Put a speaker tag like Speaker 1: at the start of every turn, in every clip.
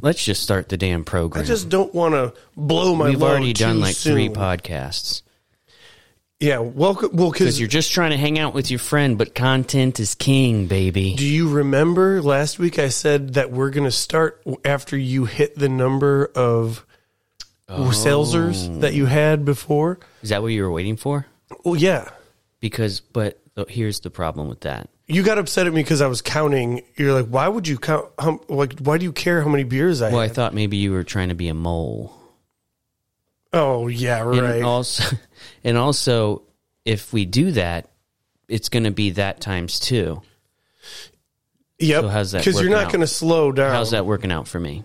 Speaker 1: Let's just start the damn
Speaker 2: I
Speaker 1: program.
Speaker 2: just don't want to blow my
Speaker 1: We've
Speaker 2: load
Speaker 1: already done
Speaker 2: too
Speaker 1: like
Speaker 2: soon.
Speaker 1: three podcasts
Speaker 2: Yeah, welcome. Well,
Speaker 1: because
Speaker 2: because
Speaker 1: you're just trying to hang out with your friend, but content is king, baby.
Speaker 2: do you remember last week I said that we're going to start after you hit the number of salesers
Speaker 1: Oh.
Speaker 2: that you had before?
Speaker 1: Is that what you were waiting for?
Speaker 2: Well, yeah.
Speaker 1: Because, but uh, here's the problem with that.
Speaker 2: You got upset at me because I was counting. You're like, why would you count? How, like, why do you care how many beers I
Speaker 1: Well, I
Speaker 2: had?
Speaker 1: thought maybe you were trying to be a mole.
Speaker 2: oh, yeah,
Speaker 1: And
Speaker 2: right.
Speaker 1: also, and also, if we do that, it's going to be that times two.
Speaker 2: yep.
Speaker 1: so how's that
Speaker 2: Because
Speaker 1: working
Speaker 2: you're not
Speaker 1: out?
Speaker 2: going to slow down.
Speaker 1: How's that working out for me?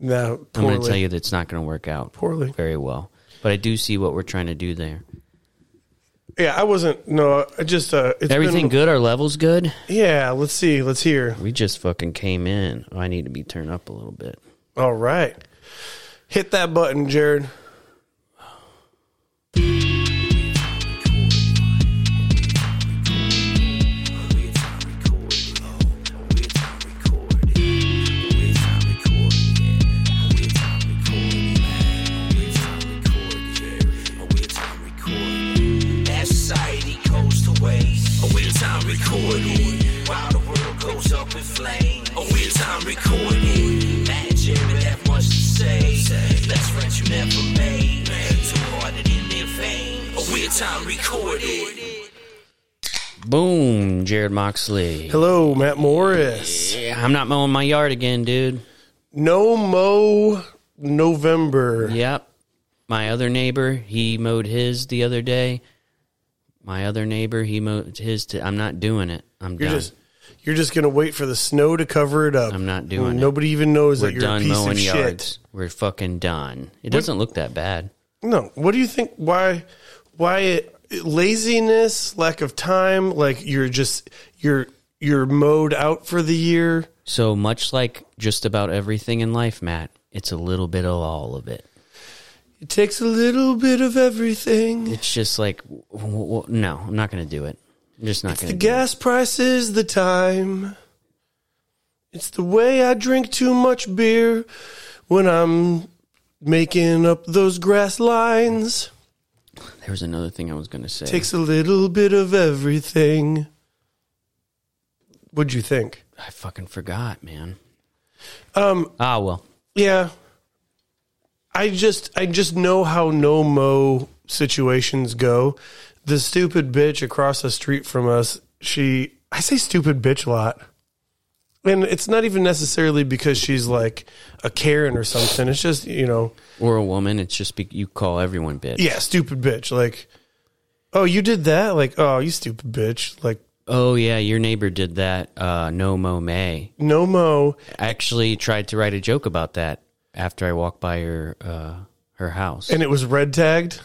Speaker 2: No,
Speaker 1: I'm
Speaker 2: Oh. poorly.
Speaker 1: going to tell you that's not going to work out
Speaker 2: Poorly.
Speaker 1: very well. But I do see what we're trying to do there.
Speaker 2: Yeah, I wasn't. No, I just. Uh, it's
Speaker 1: Everything
Speaker 2: been,
Speaker 1: good? Our levels good?
Speaker 2: Yeah, let's see. Let's hear.
Speaker 1: We just fucking came in. I need to be turned up a little bit.
Speaker 2: All right. Hit that button, Jared.
Speaker 3: Society goes to waste. A weird time recording while the world goes up in flames. A weird time recording. Matt and Jared have much to say. Let's friends you never made. Too hard and in their veins. A weird time recorded.
Speaker 1: Boom, Jared Moxley.
Speaker 2: Hello, Matt Morris.
Speaker 1: Yeah, I'm not mowing my yard again, dude.
Speaker 2: No Mo November.
Speaker 1: Yep. My other neighbor, he mowed his the other day. My other neighbor, he mowed his. T- I'm not doing it. I'm
Speaker 2: You're
Speaker 1: done.
Speaker 2: just you're just gonna wait for the snow to cover it up.
Speaker 1: I'm not doing it.
Speaker 2: Nobody even knows
Speaker 1: We're
Speaker 2: that you're a
Speaker 1: done
Speaker 2: piece
Speaker 1: mowing
Speaker 2: of
Speaker 1: yards. We're fucking done. It doesn't look that bad.
Speaker 2: shit. No. What do you think? Why? Why it, laziness, lack of time? Like you're just you're you're mowed out for the year.
Speaker 1: So much like just about everything in life, Matt, it's a little bit of all of it.
Speaker 2: It takes a little bit of everything.
Speaker 1: It's just like, w- w- w- no, I'm not going to do it. I'm just not
Speaker 2: The
Speaker 1: going to.
Speaker 2: gas prices, the time. It's the way I drink too much beer when I'm making up those grass lines.
Speaker 1: There was another thing I was going to say.
Speaker 2: Takes a little bit of everything. What'd you think?
Speaker 1: I fucking forgot, man.
Speaker 2: Um,
Speaker 1: Ah, well.
Speaker 2: yeah. I just I just know how no mo situations go. The stupid bitch across the street from us, she I say stupid bitch a lot. And it's not even necessarily because she's like a Karen or something. It's just, you know,
Speaker 1: Or a woman, it's just be- you call everyone bitch.
Speaker 2: yeah, stupid bitch. Like, oh, you did that? Like, oh, you stupid bitch. Like,
Speaker 1: Oh yeah, your neighbor did that. Uh, no mo may.
Speaker 2: no mo.
Speaker 1: I actually tried to write a joke about that after I walked by her uh, her house.
Speaker 2: and it was red tagged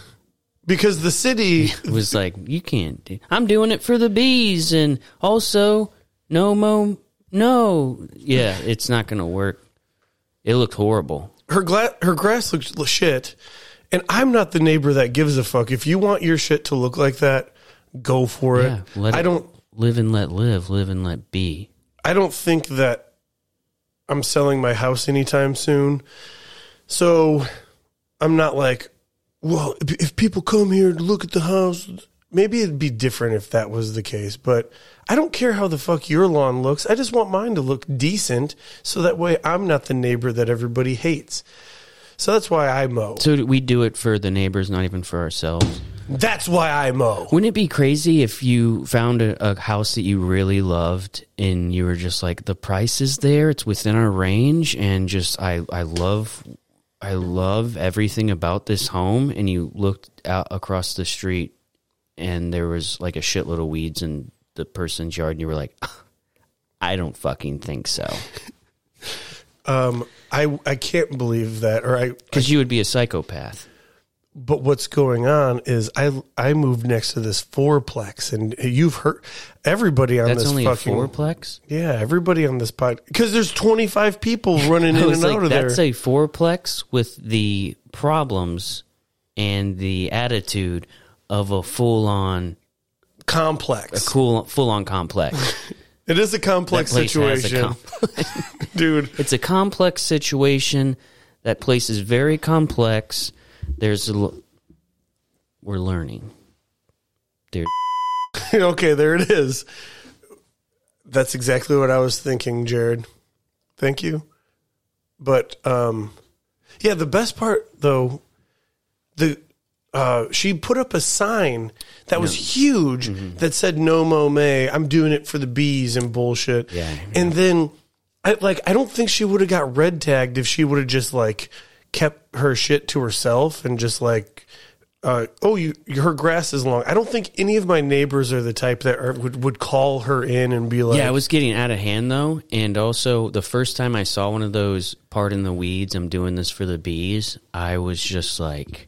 Speaker 2: because the city
Speaker 1: it was like, you can't. Do- I'm doing it for the bees, and also no mo no. Yeah, it's not gonna work. It looked horrible.
Speaker 2: her gla- her grass looks l- shit and i'm not the neighbor that gives a fuck if you want your shit to look like that go for it
Speaker 1: Yeah,
Speaker 2: i
Speaker 1: it-
Speaker 2: don't
Speaker 1: live and let live. Live and let be.
Speaker 2: i don't think that i'm selling my house anytime soon so i'm not like well if- if people come here to look at the house maybe it'd be different if that was the case but i don't care how the fuck your lawn looks i just want mine to look decent so that way i'm not the neighbor that everybody hates so that's why i mow
Speaker 1: So we do it for the neighbors, not even for ourselves.
Speaker 2: that's why i mow
Speaker 1: Wouldn't it be crazy if you found a, a house that you really loved and you were just like, the price is there, it's within our range, and just I I love I love everything about this home, and you looked out across the street and there was like a shitload of weeds in the person's yard, and you were like, I don't fucking think so,
Speaker 2: um i i can't believe that or i
Speaker 1: because you would be a psychopath.
Speaker 2: but what's going on is i i moved next to this fourplex and you've heard everybody on
Speaker 1: That's
Speaker 2: this
Speaker 1: only
Speaker 2: fucking
Speaker 1: a fourplex.
Speaker 2: Yeah, everybody on this pod because there's 25 people running
Speaker 1: I
Speaker 2: in
Speaker 1: was
Speaker 2: and out
Speaker 1: like,
Speaker 2: of there.
Speaker 1: that's a fourplex with the problems and the attitude of a full on
Speaker 2: complex.
Speaker 1: cool full on complex.
Speaker 2: It is a complex
Speaker 1: That place has a
Speaker 2: situation,
Speaker 1: com-
Speaker 2: dude.
Speaker 1: it's a complex situation. That place is very complex. There's a l- we're learning. There,
Speaker 2: okay, there it is. That's exactly what I was thinking, Jared. Thank you. But um yeah, the best part though, the uh she put up a sign that was huge that said no mo may. I'm doing it for the bees and bullshit.
Speaker 1: Yeah,
Speaker 2: And then I like I don't think she would have got red tagged if she would have just like kept her shit to herself and just like uh, oh, you, you- her grass is long. I don't think any of my neighbors are the type that are, would would call her in and be like,
Speaker 1: yeah, it was getting out of hand though, and also the first time I saw one of those "Pardon the weeds, I'm doing this for the bees," I was just like,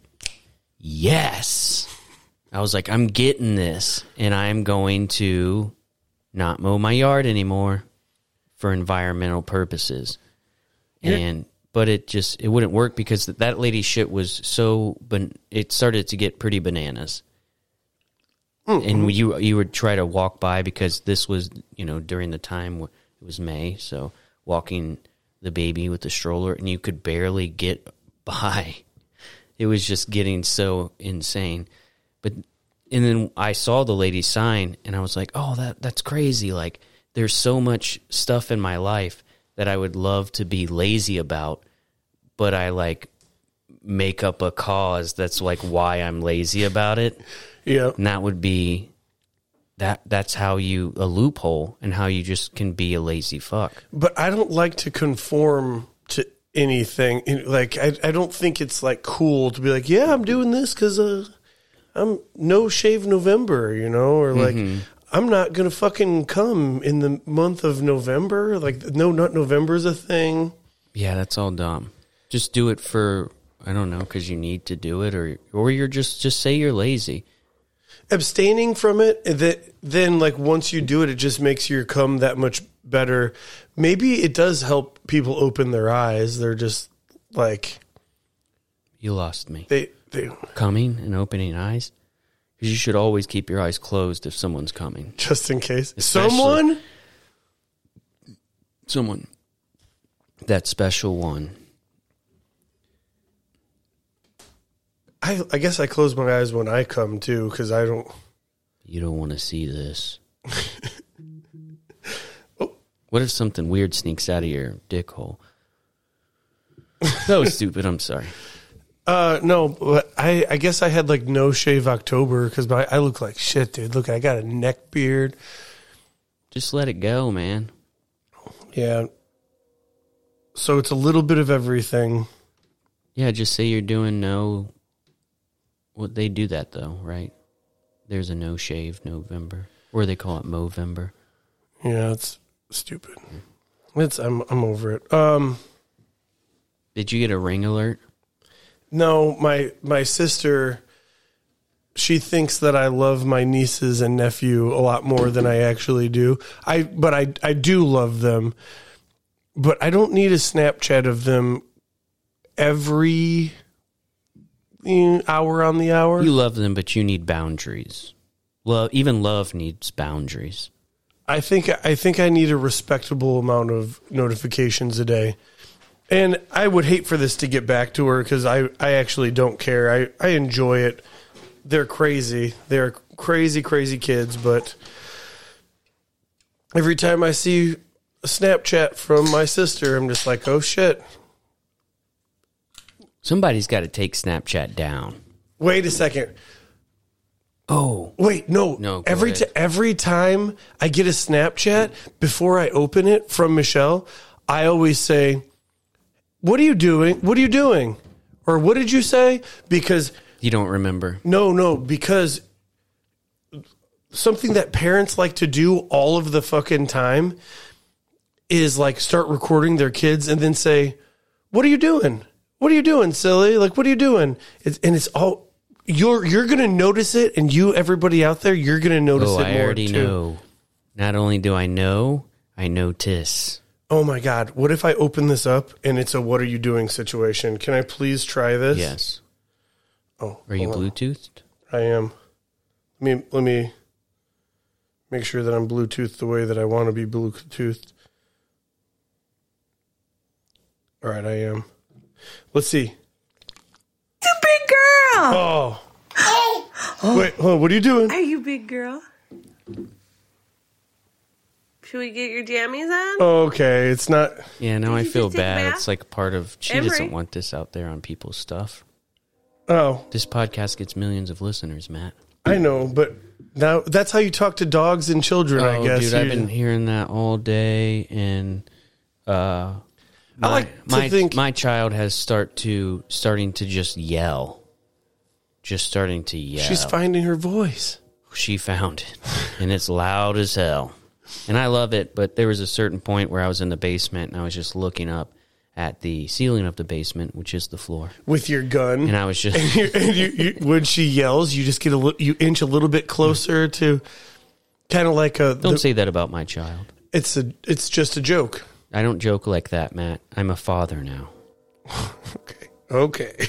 Speaker 1: "Yes!" I was like, "I'm getting this, and I am going to not mow my yard anymore for environmental purposes." and but it just it wouldn't work because th- that lady's shit was so but it started to get pretty bananas and you you would try to walk by because this was you know during the time wh- it was may so walking the baby with the stroller and you could barely get by it was just getting so insane but and then i saw the lady's sign and i was like oh that that's crazy like there's so much stuff in my life that i would love to be lazy about but i like make up a cause that's like why i'm lazy about it
Speaker 2: yeah,
Speaker 1: and that would be that that's how you a loophole and how you just can be a lazy fuck
Speaker 2: but I don't like to conform to anything. And, Like I, I don't think it's like cool to be like, yeah, I'm doing this because uh, I'm no shave November, you know, or like I'm not gonna fucking come in the month of November. Like no, not November's a thing.
Speaker 1: yeah that's all dumb just do it for i don't know because you need to do it or or you're just just say you're lazy
Speaker 2: abstaining from it that then like once you do it it just makes your cum that much better maybe it does help people open their eyes they're just like
Speaker 1: you lost me
Speaker 2: they they
Speaker 1: coming and opening eyes because you should always keep your eyes closed if someone's coming
Speaker 2: just in case
Speaker 1: Especially-
Speaker 2: someone
Speaker 1: someone that special one
Speaker 2: I, I guess i close my eyes when i come too because i don't
Speaker 1: you don't want to see this what if something weird sneaks out of your dick hole that was stupid i'm sorry
Speaker 2: uh no but i i guess i had like no shave october because i look like shit dude look i got a neck beard
Speaker 1: just let it go man
Speaker 2: yeah so it's a little bit of everything
Speaker 1: yeah just say you're doing no well they do that though right there's a no shave november or they call it movember
Speaker 2: yeah it's stupid it's i'm i'm over it um
Speaker 1: did you get a ring alert
Speaker 2: No, my my sister she thinks that I love my nieces and nephew a lot more than I actually do. I but I I do love them. But I don't need a Snapchat of them every eh, hour on the hour.
Speaker 1: you love them but you need boundaries love even love needs boundaries
Speaker 2: I think I think I need a respectable amount of notifications a day. And I would hate for this to get back to her because I, I actually don't care. I, I enjoy it. They're crazy. They're crazy, crazy kids, but every time I see a Snapchat from my sister, I'm just like, oh shit.
Speaker 1: somebody's got to take snapchat down
Speaker 2: Wait a second.
Speaker 1: oh
Speaker 2: Wait, no.
Speaker 1: No, go
Speaker 2: every t-
Speaker 1: ahead.
Speaker 2: every time I get a Snapchat before I open it from Michelle, I always say, "What are you doing? What are you doing?" Or "What did you say?" because
Speaker 1: you don't remember
Speaker 2: no, no, because something that parents like to do all of the fucking time is like start recording their kids and then say, "What are you doing? What are you doing, silly? Like, what are you doing?" It's, and it's all you're you're gonna notice it, and you everybody out there, you're gonna notice
Speaker 1: oh
Speaker 2: it
Speaker 1: i
Speaker 2: more
Speaker 1: already
Speaker 2: too.
Speaker 1: know not only do i know i notice
Speaker 2: Oh my god, what if I open this up and it's a "What are you doing?" situation? Can I please try this?
Speaker 1: yes
Speaker 2: Oh,
Speaker 1: are you
Speaker 2: hold on.
Speaker 1: bluetoothed
Speaker 2: I am. Let me let me Make sure that I'm Bluetooth the way that I want to be Bluetoothed. All right, I am. Let's see.
Speaker 4: You big girl.
Speaker 2: Oh. Wait, hold on, what are you doing?
Speaker 4: Are you big girl? Should we get your jammies on?
Speaker 2: Okay, it's not.
Speaker 1: Yeah, now I
Speaker 4: you
Speaker 1: feel
Speaker 4: just take a
Speaker 1: bad.
Speaker 4: bath?
Speaker 1: It's like part of she
Speaker 4: Emery?
Speaker 1: doesn't want this out there on people's stuff.
Speaker 2: Oh,
Speaker 1: This podcast gets millions of listeners, Matt.
Speaker 2: I know, but now that's how you talk to dogs and children, I
Speaker 1: Oh,
Speaker 2: guess.
Speaker 1: dude, I've
Speaker 2: You-
Speaker 1: been hearing that all day, and uh, my,
Speaker 2: I like to
Speaker 1: my
Speaker 2: think-
Speaker 1: my child has start to starting to just yell, just starting to yell.
Speaker 2: She's finding her voice.
Speaker 1: she found it and it's loud as hell and i love it but there was a certain point where i was in the basement and i was just looking up at the ceiling of the basement which is the floor
Speaker 2: with your gun.
Speaker 1: and i was just
Speaker 2: And you- and you, you, when she yells, you just get a li- you inch a little bit closer to, kind of like a.
Speaker 1: don't
Speaker 2: the-
Speaker 1: say that about my child
Speaker 2: it's a. It's just a joke.
Speaker 1: i don't joke like that matt i'm a father now
Speaker 2: Okay. Okay.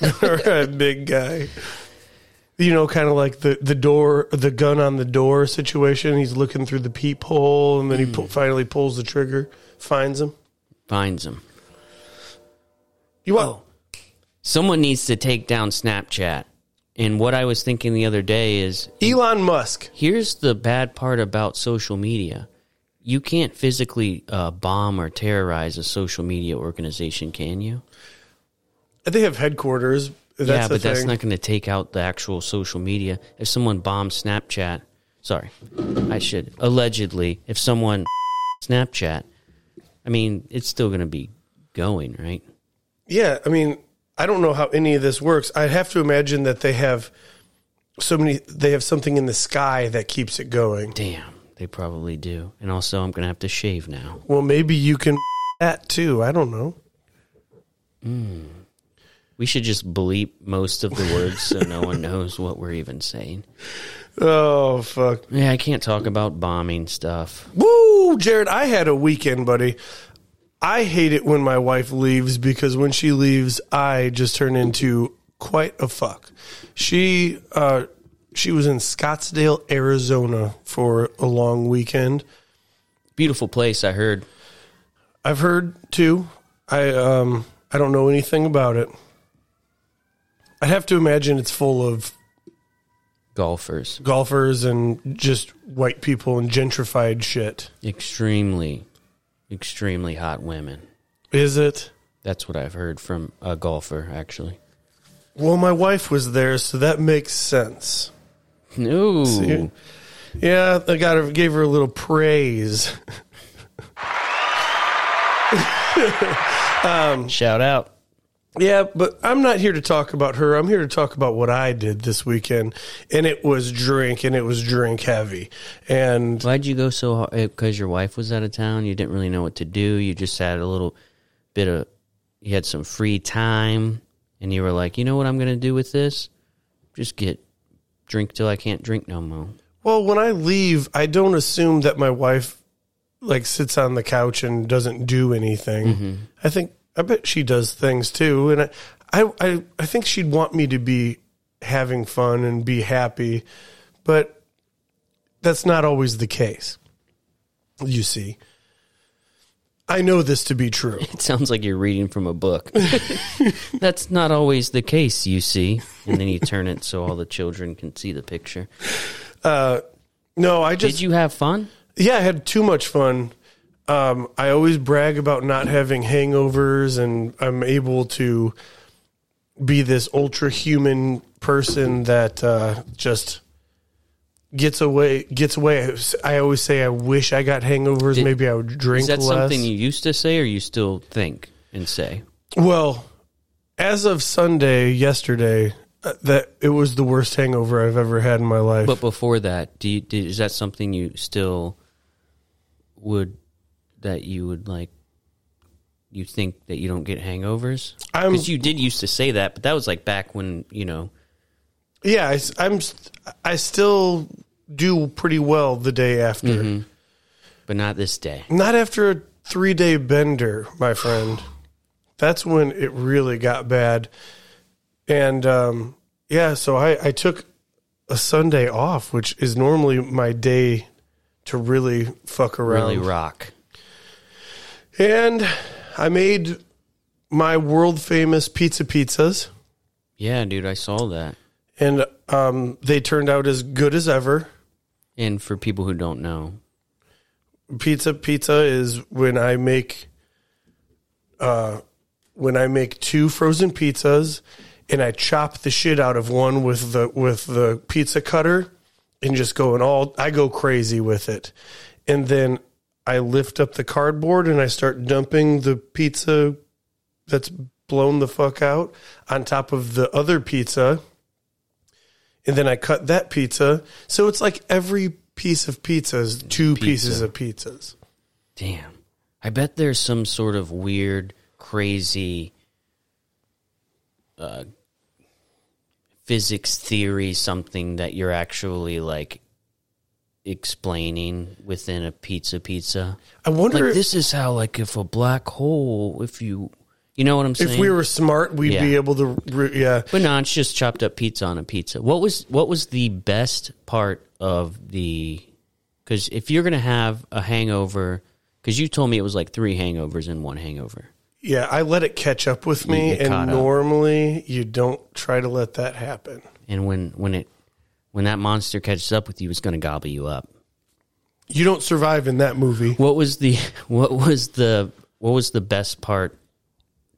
Speaker 2: All right, big guy. You know, kind of like the the door, the gun on the door situation. He's looking through the peephole, and then he pu- finally pulls the trigger, finds him.
Speaker 1: finds him
Speaker 2: You want?
Speaker 1: someone needs to take down snapchat and what i was thinking the other day is
Speaker 2: Elon Musk.
Speaker 1: here's the bad part about social media you can't physically uh, bomb or terrorize a social media organization can you
Speaker 2: They have headquarters. That's
Speaker 1: yeah,
Speaker 2: the
Speaker 1: but that's
Speaker 2: thing.
Speaker 1: not going to take out the actual social media. If someone bombs Snapchat, sorry, I should allegedly. If someone Snapchat, I mean, it's still going to be going, right?
Speaker 2: Yeah, I mean, I don't know how any of this works. I'd have to imagine that they have so many. They have something in the sky that keeps it going.
Speaker 1: Damn, they probably do. And also, I'm going to have to shave now.
Speaker 2: Well, maybe you can that too. I don't know.
Speaker 1: We should just bleep most of the words so no one knows what we're even saying.
Speaker 2: Oh fuck!
Speaker 1: Yeah, I can't talk about bombing stuff.
Speaker 2: Woo, Jared! I had a weekend, buddy. I hate it when my wife leaves because when she leaves, I just turn into quite a fuck. She uh, she was in Scottsdale, Arizona for a long weekend.
Speaker 1: Beautiful place, I heard.
Speaker 2: I've heard too. I um I don't know anything about it. I'd have to imagine it's full of
Speaker 1: Golfers,
Speaker 2: golfers and just white people and gentrified shit.
Speaker 1: extremely, extremely hot women.
Speaker 2: Is it?
Speaker 1: That's what I've heard from a golfer, actually.
Speaker 2: Well, my wife was there, so that makes sense.
Speaker 1: No.
Speaker 2: Yeah, I got her, gave her a little praise.
Speaker 1: Shout out.
Speaker 2: Yeah, but I'm not here to talk about her. I'm here to talk about what I did this weekend, and it was drink, and it was drink heavy, and
Speaker 1: Why'd you go so hard? Because your wife was out of town. You didn't really know what to do. You just had a little bit of, you had some free time, and you were like, you know what I'm going to do with this? Just get drink till I can't drink no more.
Speaker 2: Well, when I leave, I don't assume that my wife like sits on the couch and doesn't do anything. I think I bet she does things too, and I, I, I, I think she'd want me to be having fun and be happy, but that's not always the case. You see, I know this to be true.
Speaker 1: It sounds like you're reading from a book. That's not always the case, you see. And then you turn it so all the children can see the picture.
Speaker 2: No, I just
Speaker 1: Did you have fun?
Speaker 2: yeah, I had too much fun. Um, I always brag about not having hangovers, and I'm able to be this ultra human person that uh, just gets away. Gets away. I always say I wish I got hangovers.
Speaker 1: Did-
Speaker 2: Maybe I would drink
Speaker 1: Is that
Speaker 2: less.
Speaker 1: something you used to say or you still think and say?
Speaker 2: Well, as of Sunday yesterday, uh, that it was the worst hangover I've ever had in my life.
Speaker 1: But before that, do you, did, is that something you still would that you would like? You think that you don't get hangovers?
Speaker 2: I'm-
Speaker 1: Because you did used to say that, but that was like back when you know.
Speaker 2: yeah, I, s- I'm. st- I still do pretty well the day after.
Speaker 1: Mm-hmm. But not this day.
Speaker 2: Not after a three day bender, my friend. That's when it really got bad. And um, yeah, so I, I took a Sunday off, which is normally my day to really fuck around.
Speaker 1: Really rock.
Speaker 2: And I made my world famous pizza pizzas,
Speaker 1: Yeah, dude, I saw that.
Speaker 2: and um, they turned out as good as ever.
Speaker 1: And for people who don't know,
Speaker 2: Pizza pizza is when I make, uh, when I make two frozen pizzas, and I chop the shit out of one with the with the pizza cutter, and just go and all I go crazy with it, and then I lift up the cardboard and I start dumping the pizza that's blown the fuck out on top of the other pizza. And then I cut that pizza. So it's like every piece of pizza is two pieces of pizzas.
Speaker 1: damn, I bet there's some sort of weird, crazy, uh, physics theory, something that you're actually like explaining within a pizza pizza.
Speaker 2: I wonder
Speaker 1: Like this is how, like, if a black hole, if you, you know what I'm saying?
Speaker 2: if we were smart, we'd
Speaker 1: Yeah.
Speaker 2: be able to. Re- yeah.
Speaker 1: But no, it's just chopped up pizza on a pizza. What was what was the best part of the? Because if you're gonna have a hangover, because you told me it was like three hangovers in one hangover.
Speaker 2: Yeah. I let it catch up with me.
Speaker 1: You get caught
Speaker 2: And
Speaker 1: up.
Speaker 2: normally you don't try to let that happen.
Speaker 1: And when when it when that monster catches up with you, it's gonna gobble you up.
Speaker 2: You don't survive in that movie.
Speaker 1: What was the what was the what was the best part?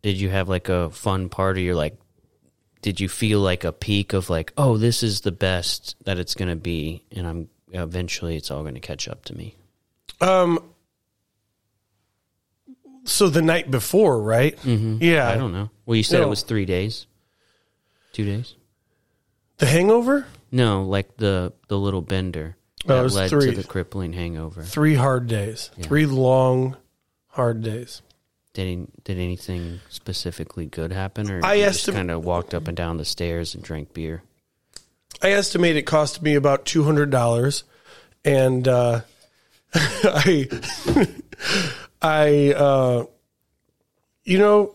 Speaker 1: Did you have like a fun part, or you're like, did you feel like a peak of like, oh, this is the best that it's gonna be, and I'm eventually it's all gonna catch up to me.
Speaker 2: Um, so the night before, right? Yeah.
Speaker 1: Mm-hmm. I don't know. Well, you said
Speaker 2: No.
Speaker 1: it was three days, two days.
Speaker 2: The hangover?
Speaker 1: No, like the the little bender
Speaker 2: No, Oh, it
Speaker 1: that
Speaker 2: was
Speaker 1: led
Speaker 2: three.
Speaker 1: to the crippling hangover.
Speaker 2: Three hard days. Three long, hard days.
Speaker 1: Did any, did anything specifically good happen, or
Speaker 2: I
Speaker 1: you
Speaker 2: asked
Speaker 1: just
Speaker 2: him-
Speaker 1: kind of walked up and down the stairs and drank beer?
Speaker 2: I estimate it cost me about two hundred dollars, and uh, I, I, uh, you know,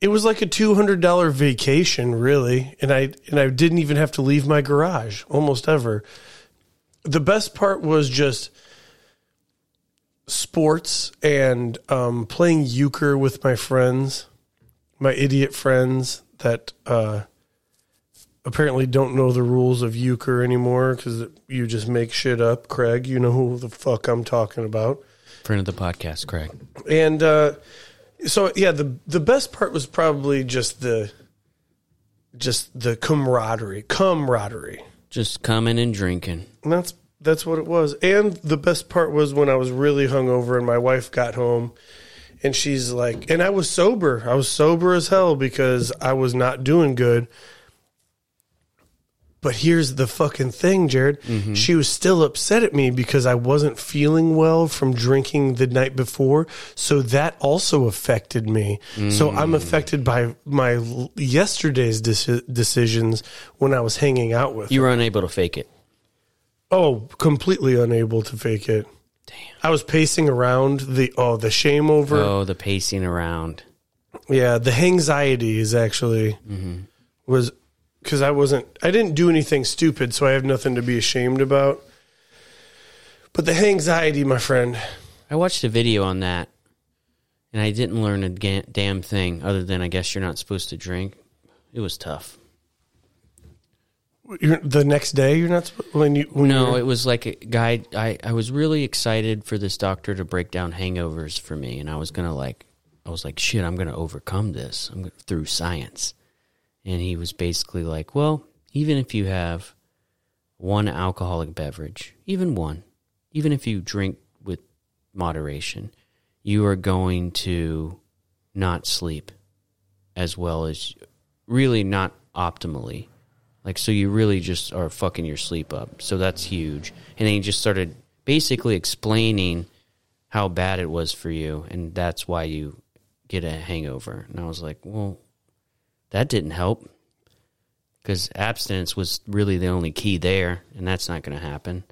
Speaker 2: it was like a two hundred dollar vacation, really, and I and I didn't even have to leave my garage almost ever. The best part was just sports and um, playing euchre with my friends, my idiot friends that. Uh, apparently don't know the rules of euchre anymore because you just make shit up, Craig. You know who the fuck I'm talking about.
Speaker 1: Friend of the podcast, Craig.
Speaker 2: And uh, so, yeah, the the best part was probably just the just the camaraderie, camaraderie.
Speaker 1: Just coming and drinking.
Speaker 2: And that's that's what it was. And the best part was when I was really hungover and my wife got home and she's like and I was sober. I was sober as hell because I was not doing good. But here's the fucking thing, Jared. She was still upset at me because I wasn't feeling well from drinking the night before. So that also affected me. So I'm affected by my l- yesterday's deci- decisions when I was hanging out with
Speaker 1: You were unable to fake it.
Speaker 2: Oh, completely unable to fake it. Damn. I was pacing around the oh the shame over
Speaker 1: Oh, the pacing around.
Speaker 2: yeah the anxiety is actually
Speaker 1: Mm-hmm.
Speaker 2: was because I wasn't I didn't do anything stupid so I have nothing to be ashamed about. But the anxiety, my friend,
Speaker 1: I watched a video on that, and I didn't learn a ga- damn thing other than I guess you're not supposed to drink. It was tough.
Speaker 2: you're, the next day you're not supposed when you when
Speaker 1: No,
Speaker 2: you're-
Speaker 1: it was like a guy. I, I was really excited for this doctor to break down hangovers for me, and I was gonna like, I was like, shit, I'm gonna overcome this. I'm gonna, through science, and he was basically like, well, even if you have one alcoholic beverage, even one, even if you drink with moderation, you are going to not sleep as well as really not optimally. Like, so you really just are fucking your sleep up. So that's huge. And then he just started basically explaining how bad it was for you. And that's why you get a hangover. And I was like, well, that didn't help. Because abstinence was really the only key there. And that's not going to happen.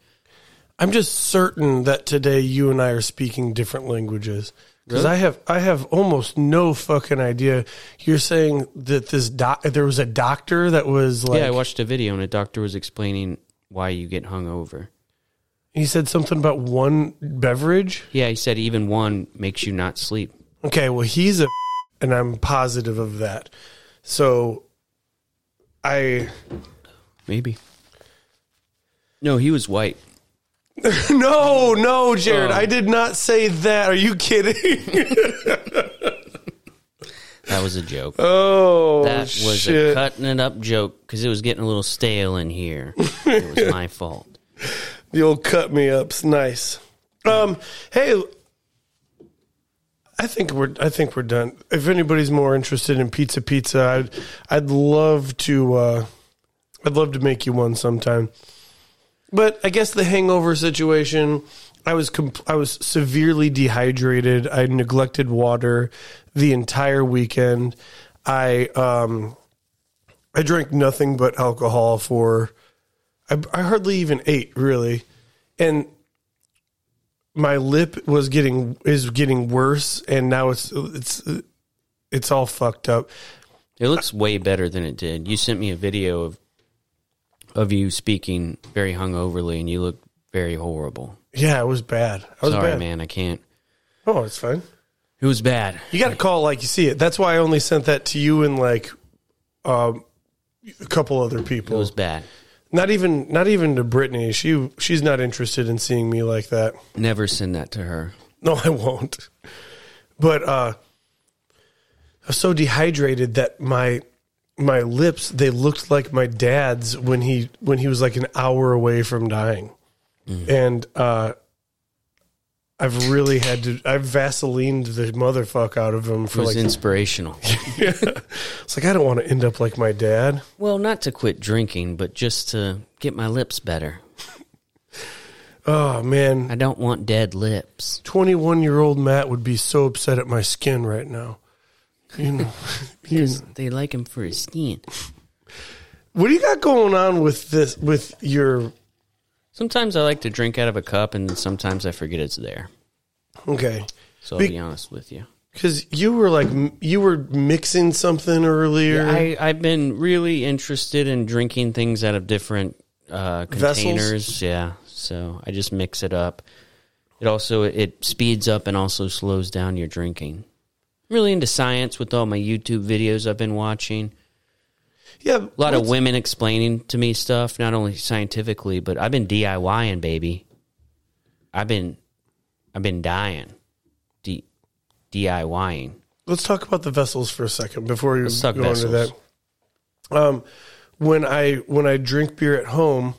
Speaker 2: I'm just certain that today you and I are speaking different languages because I have I have almost no fucking idea. You're saying that this doc there was a doctor that was like
Speaker 1: yeah, I watched a video and a doctor was explaining why you get hungover.
Speaker 2: He said something about one beverage.
Speaker 1: Yeah, he said even one makes you not sleep.
Speaker 2: Okay, well he's a and I'm positive of that. So I
Speaker 1: Maybe. No, he was white.
Speaker 2: No, no, Jared, I did not say that. Are you kidding?
Speaker 1: That was a joke.
Speaker 2: oh
Speaker 1: that was a
Speaker 2: shit.
Speaker 1: cutting it up joke because it was getting a little stale in here. it was my fault.
Speaker 2: The old cut me up's nice. Um, hey, I think we're I think we're done. If anybody's more interested in pizza, pizza, I'd I'd love to uh, I'd love to make you one sometime. But I guess the hangover situation. I was comp- I was severely dehydrated. I neglected water the entire weekend. I um, I drank nothing but alcohol for I, I hardly even ate really, and my lip was getting is getting worse, and now it's it's it's all fucked up.
Speaker 1: It looks way better than it did. You sent me a video of of you speaking very hungoverly, and you look very horrible.
Speaker 2: Yeah, it was bad. I was
Speaker 1: Sorry,
Speaker 2: bad.
Speaker 1: man, I can't.
Speaker 2: Oh, it's fine.
Speaker 1: It was bad.
Speaker 2: You got to call it like you see it. That's why I only sent that to you and like um, a couple other
Speaker 1: It
Speaker 2: people.
Speaker 1: was bad.
Speaker 2: not even not even to Brittany. She she's not interested in seeing me like that.
Speaker 1: Never send that to her.
Speaker 2: No, I won't. But uh, I was so dehydrated that my my lips they looked like my dad's when he when he was like an hour away from dying, and uh, I've really had to I've vaselined the motherfuck out of him
Speaker 1: It
Speaker 2: for
Speaker 1: was
Speaker 2: like
Speaker 1: inspirational.
Speaker 2: it's like I don't want to end up like my dad.
Speaker 1: well, not to quit drinking, but just to get my lips better.
Speaker 2: Oh man,
Speaker 1: I don't want dead lips.
Speaker 2: twenty one year old Matt would be so upset at my skin right now. You know, you know.
Speaker 1: They like him for his skin.
Speaker 2: What do you got going on with this with your
Speaker 1: Sometimes I like to drink out of a cup, and sometimes I forget it's there.
Speaker 2: okay?
Speaker 1: So I'll
Speaker 2: Be-
Speaker 1: be honest with you.
Speaker 2: Because you were like m- you were mixing something earlier.
Speaker 1: I, I've been really interested in drinking things out of different uh,
Speaker 2: Vessels?
Speaker 1: containers. Yeah, so I just mix it up. It also it speeds up and also slows down your drinking. I'm really into science with all my YouTube videos I've been watching.
Speaker 2: yeah,
Speaker 1: A lot of women explaining to me stuff, not only scientifically, but I've been DIYing, baby. I've been, I've been dying, D, DIYing.
Speaker 2: let's talk about the vessels for a second before you
Speaker 1: Let's talk
Speaker 2: go into that.
Speaker 1: vessels.
Speaker 2: Um, when I when I drink beer at home,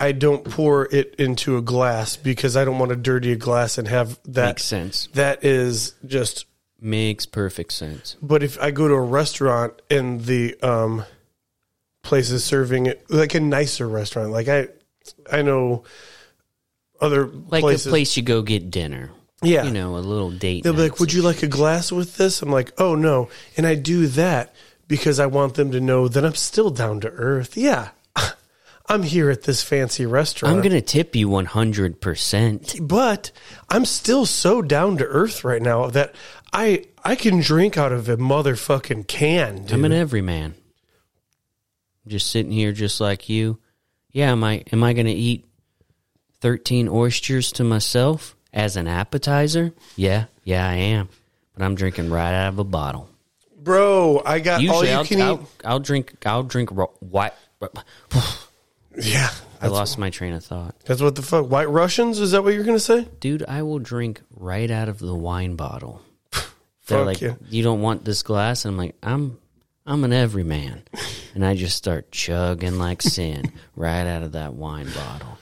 Speaker 2: I don't pour it into a glass because I don't want to dirty a glass and have that.
Speaker 1: Makes sense.
Speaker 2: That is just.
Speaker 1: Makes perfect sense.
Speaker 2: But if I go to a restaurant and the um, place is serving it like a nicer restaurant, like I, I know other
Speaker 1: like
Speaker 2: places.
Speaker 1: a place you go get dinner.
Speaker 2: Yeah.
Speaker 1: you know, a little date.
Speaker 2: They'll be
Speaker 1: night.
Speaker 2: like, "Would you like a glass with this?" I'm like, "Oh no!" And I do that because I want them to know that I'm still down to earth. Yeah, I'm here at this fancy restaurant,
Speaker 1: I'm gonna tip you 100. percent
Speaker 2: but I'm still so down to earth right now that I I can drink out of a motherfucking can. Dude.
Speaker 1: I'm an everyman. Just sitting here, just like you. Yeah, am I? Am I gonna eat 13 oysters to myself as an appetizer? Yeah, yeah, I am. But I'm drinking right out of a bottle.
Speaker 2: Bro, I got all
Speaker 1: Usually,
Speaker 2: Uh, oh, you
Speaker 1: I'll,
Speaker 2: can
Speaker 1: I'll,
Speaker 2: eat.
Speaker 1: I'll drink. I'll drink ro- white.
Speaker 2: Yeah,
Speaker 1: I lost my train of thought,
Speaker 2: that's what the fuck. White Russians? Is that what you're gonna say?
Speaker 1: dude. I will drink right out of the wine bottle. They're
Speaker 2: Fuck
Speaker 1: like,
Speaker 2: you.
Speaker 1: you don't want this glass. And I'm like, I'm, I'm an everyman, and I just start chugging like sin right out of that wine bottle.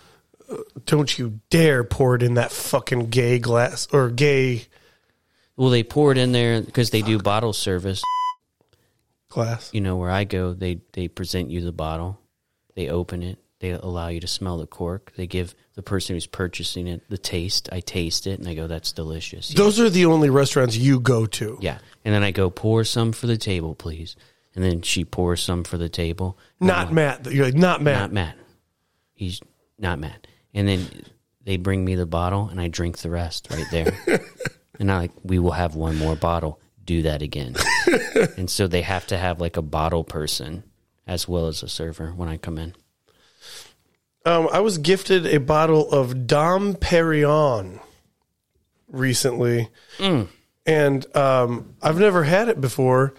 Speaker 2: Don't you dare pour it in that fucking gay glass or gay
Speaker 1: Well, they pour it in there because they do bottle service.
Speaker 2: glass.
Speaker 1: You know where I go, they they present you the bottle, they open it, they allow you to smell the cork, they give the person who's purchasing it the taste. I taste it, and I go, that's delicious. Yeah.
Speaker 2: Those are the only restaurants you go to.
Speaker 1: Yeah. And then I go, pour some for the table, please. And then she pours some for the table. And I'm
Speaker 2: Not Matt. You're like, not Matt.
Speaker 1: not Matt. He's not Matt. And then they bring me the bottle, and I drink the rest right there. and I like, we will have one more bottle. Do that again. and so they have to have like a bottle person as well as a server when I come in.
Speaker 2: Um, I was gifted a bottle of Dom Perignon recently,
Speaker 1: Mm.
Speaker 2: and um, I've never had it before,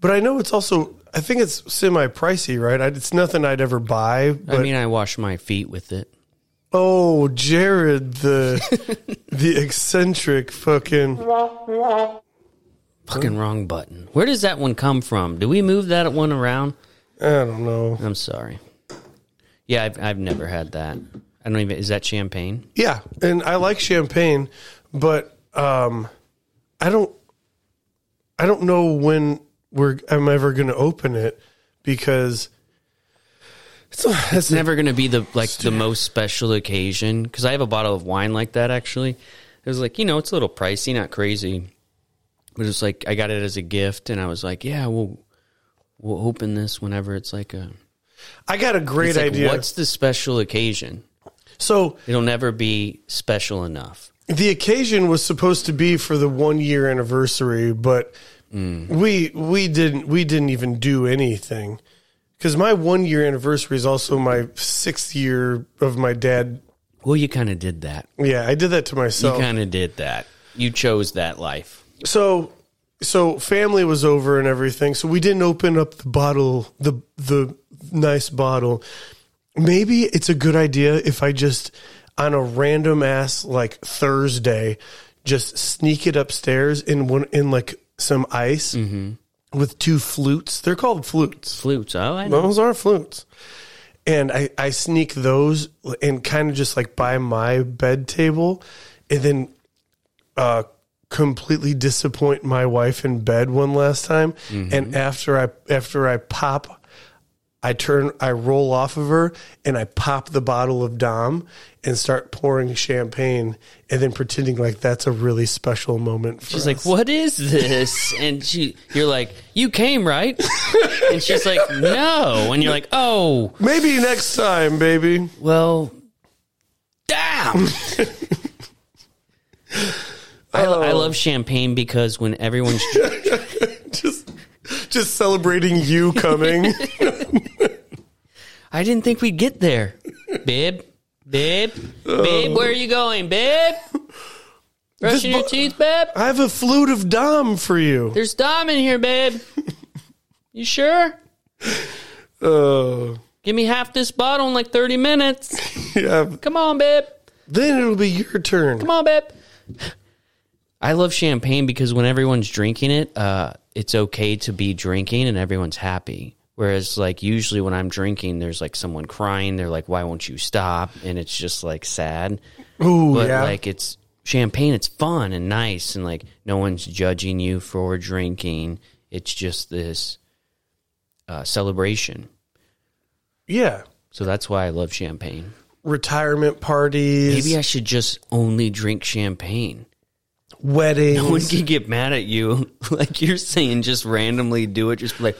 Speaker 2: but I know it's also. I think it's semi pricey, right? I, it's nothing I'd ever buy. But,
Speaker 1: I mean, I wash my feet with it.
Speaker 2: oh, Jared, the the eccentric fucking.
Speaker 1: Fucking wrong button. Where does that one come from? Do we move that one around?
Speaker 2: I don't know.
Speaker 1: I'm sorry. Yeah, I've, I've never had that. I don't even. Is that champagne?
Speaker 2: Yeah, and I like champagne, but um, I don't. I don't know when we're I'm ever going to open it because it's, it's
Speaker 1: It's never going to be the like the most special occasion because I have a bottle of wine like that. Actually, it was like you know it's a little pricey, not crazy, but it's like I got it as a gift, and I was like, yeah, we'll we'll open this whenever it's like a
Speaker 2: I got a great
Speaker 1: it's like,
Speaker 2: idea.
Speaker 1: What's the special occasion?
Speaker 2: so
Speaker 1: It'll never be special enough.
Speaker 2: the occasion was supposed to be for the one year anniversary, but
Speaker 1: Mm.
Speaker 2: we we didn't we didn't even do anything because my one year anniversary is also my sixth year of my dad.
Speaker 1: Well, you kind of did that.
Speaker 2: Yeah, I did that to myself.
Speaker 1: You kind of did that. You chose that life.
Speaker 2: so so family was over and everything so we didn't open up the bottle the the nice bottle maybe it's a good idea if i just on a random ass like thursday just sneak it upstairs in one in like some ice with two flutes they're called flutes
Speaker 1: Flutes. Oh, I know.
Speaker 2: those are flutes. And I, I sneak those and kind of just like by my bed table and then uh, completely disappoint my wife in bed one last time.
Speaker 1: Mm-hmm.
Speaker 2: And after I after I pop, I turn I roll off of her and I pop the bottle of Dom and start pouring champagne and then pretending like that's a really special moment for
Speaker 1: She's like, "What is this?" And she, you're like, "You came right," and she's like, "No," and you're like, "Oh,
Speaker 2: Maybe next time, baby.
Speaker 1: well, damn." I, I love champagne because when everyone's
Speaker 2: Just just celebrating you coming.
Speaker 1: I didn't think we'd get there. Babe, babe, babe, where are you going, babe? Brushing your
Speaker 2: bu-
Speaker 1: teeth, babe?
Speaker 2: I have a flute of Dom for you.
Speaker 1: There's Dom in here, babe. You sure?
Speaker 2: Uh,
Speaker 1: Give me half this bottle in like 30 minutes.
Speaker 2: yeah.
Speaker 1: Come on, babe.
Speaker 2: Then it'll be your turn.
Speaker 1: Come on, babe. I love champagne because when everyone's drinking it, uh, it's okay to be drinking and everyone's happy. Whereas, like, usually when I'm drinking, there's like someone crying. They're like, why won't you stop? And it's just like sad.
Speaker 2: Ooh,
Speaker 1: but
Speaker 2: yeah.
Speaker 1: like it's champagne it's fun and nice and like no one's judging you for drinking it's just this uh, celebration
Speaker 2: yeah.
Speaker 1: so that's why i love champagne
Speaker 2: Retirement parties,
Speaker 1: maybe i should just only drink champagne
Speaker 2: weddings.
Speaker 1: no one can get mad at you like you're saying just randomly do it just be like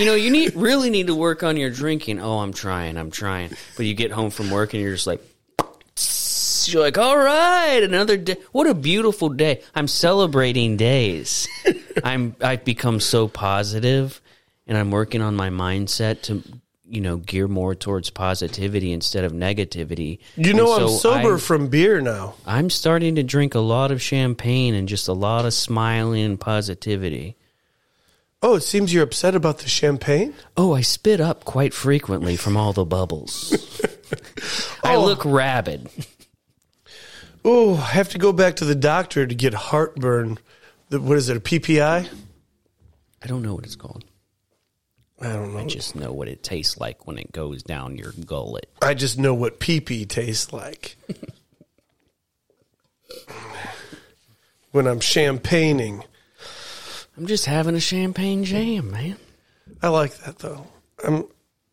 Speaker 1: you know you need really need to work on your drinking oh i'm trying i'm trying but you get home from work and you're just like you're like all right another day what a beautiful day i'm celebrating days i'm i've become so positive and i'm working on my mindset to you know gear more towards positivity instead of negativity
Speaker 2: you know,
Speaker 1: And
Speaker 2: I'm
Speaker 1: so
Speaker 2: sober
Speaker 1: I-
Speaker 2: from beer now.
Speaker 1: I'm starting to drink a lot of champagne and just a lot of smiling and positivity.
Speaker 2: Oh, it seems you're upset about the champagne?
Speaker 1: Oh, I spit up quite frequently from all the bubbles. I look rabid.
Speaker 2: Oh, I have to go back to the doctor to get heartburn. The, what is it, a PPI?
Speaker 1: I don't know what it's called.
Speaker 2: I don't know.
Speaker 1: I just know what it tastes like when it goes down your gullet.
Speaker 2: I just know what pee pee tastes like. when I'm champagning.
Speaker 1: I'm just having a champagne jam, man.
Speaker 2: I like that though. I'm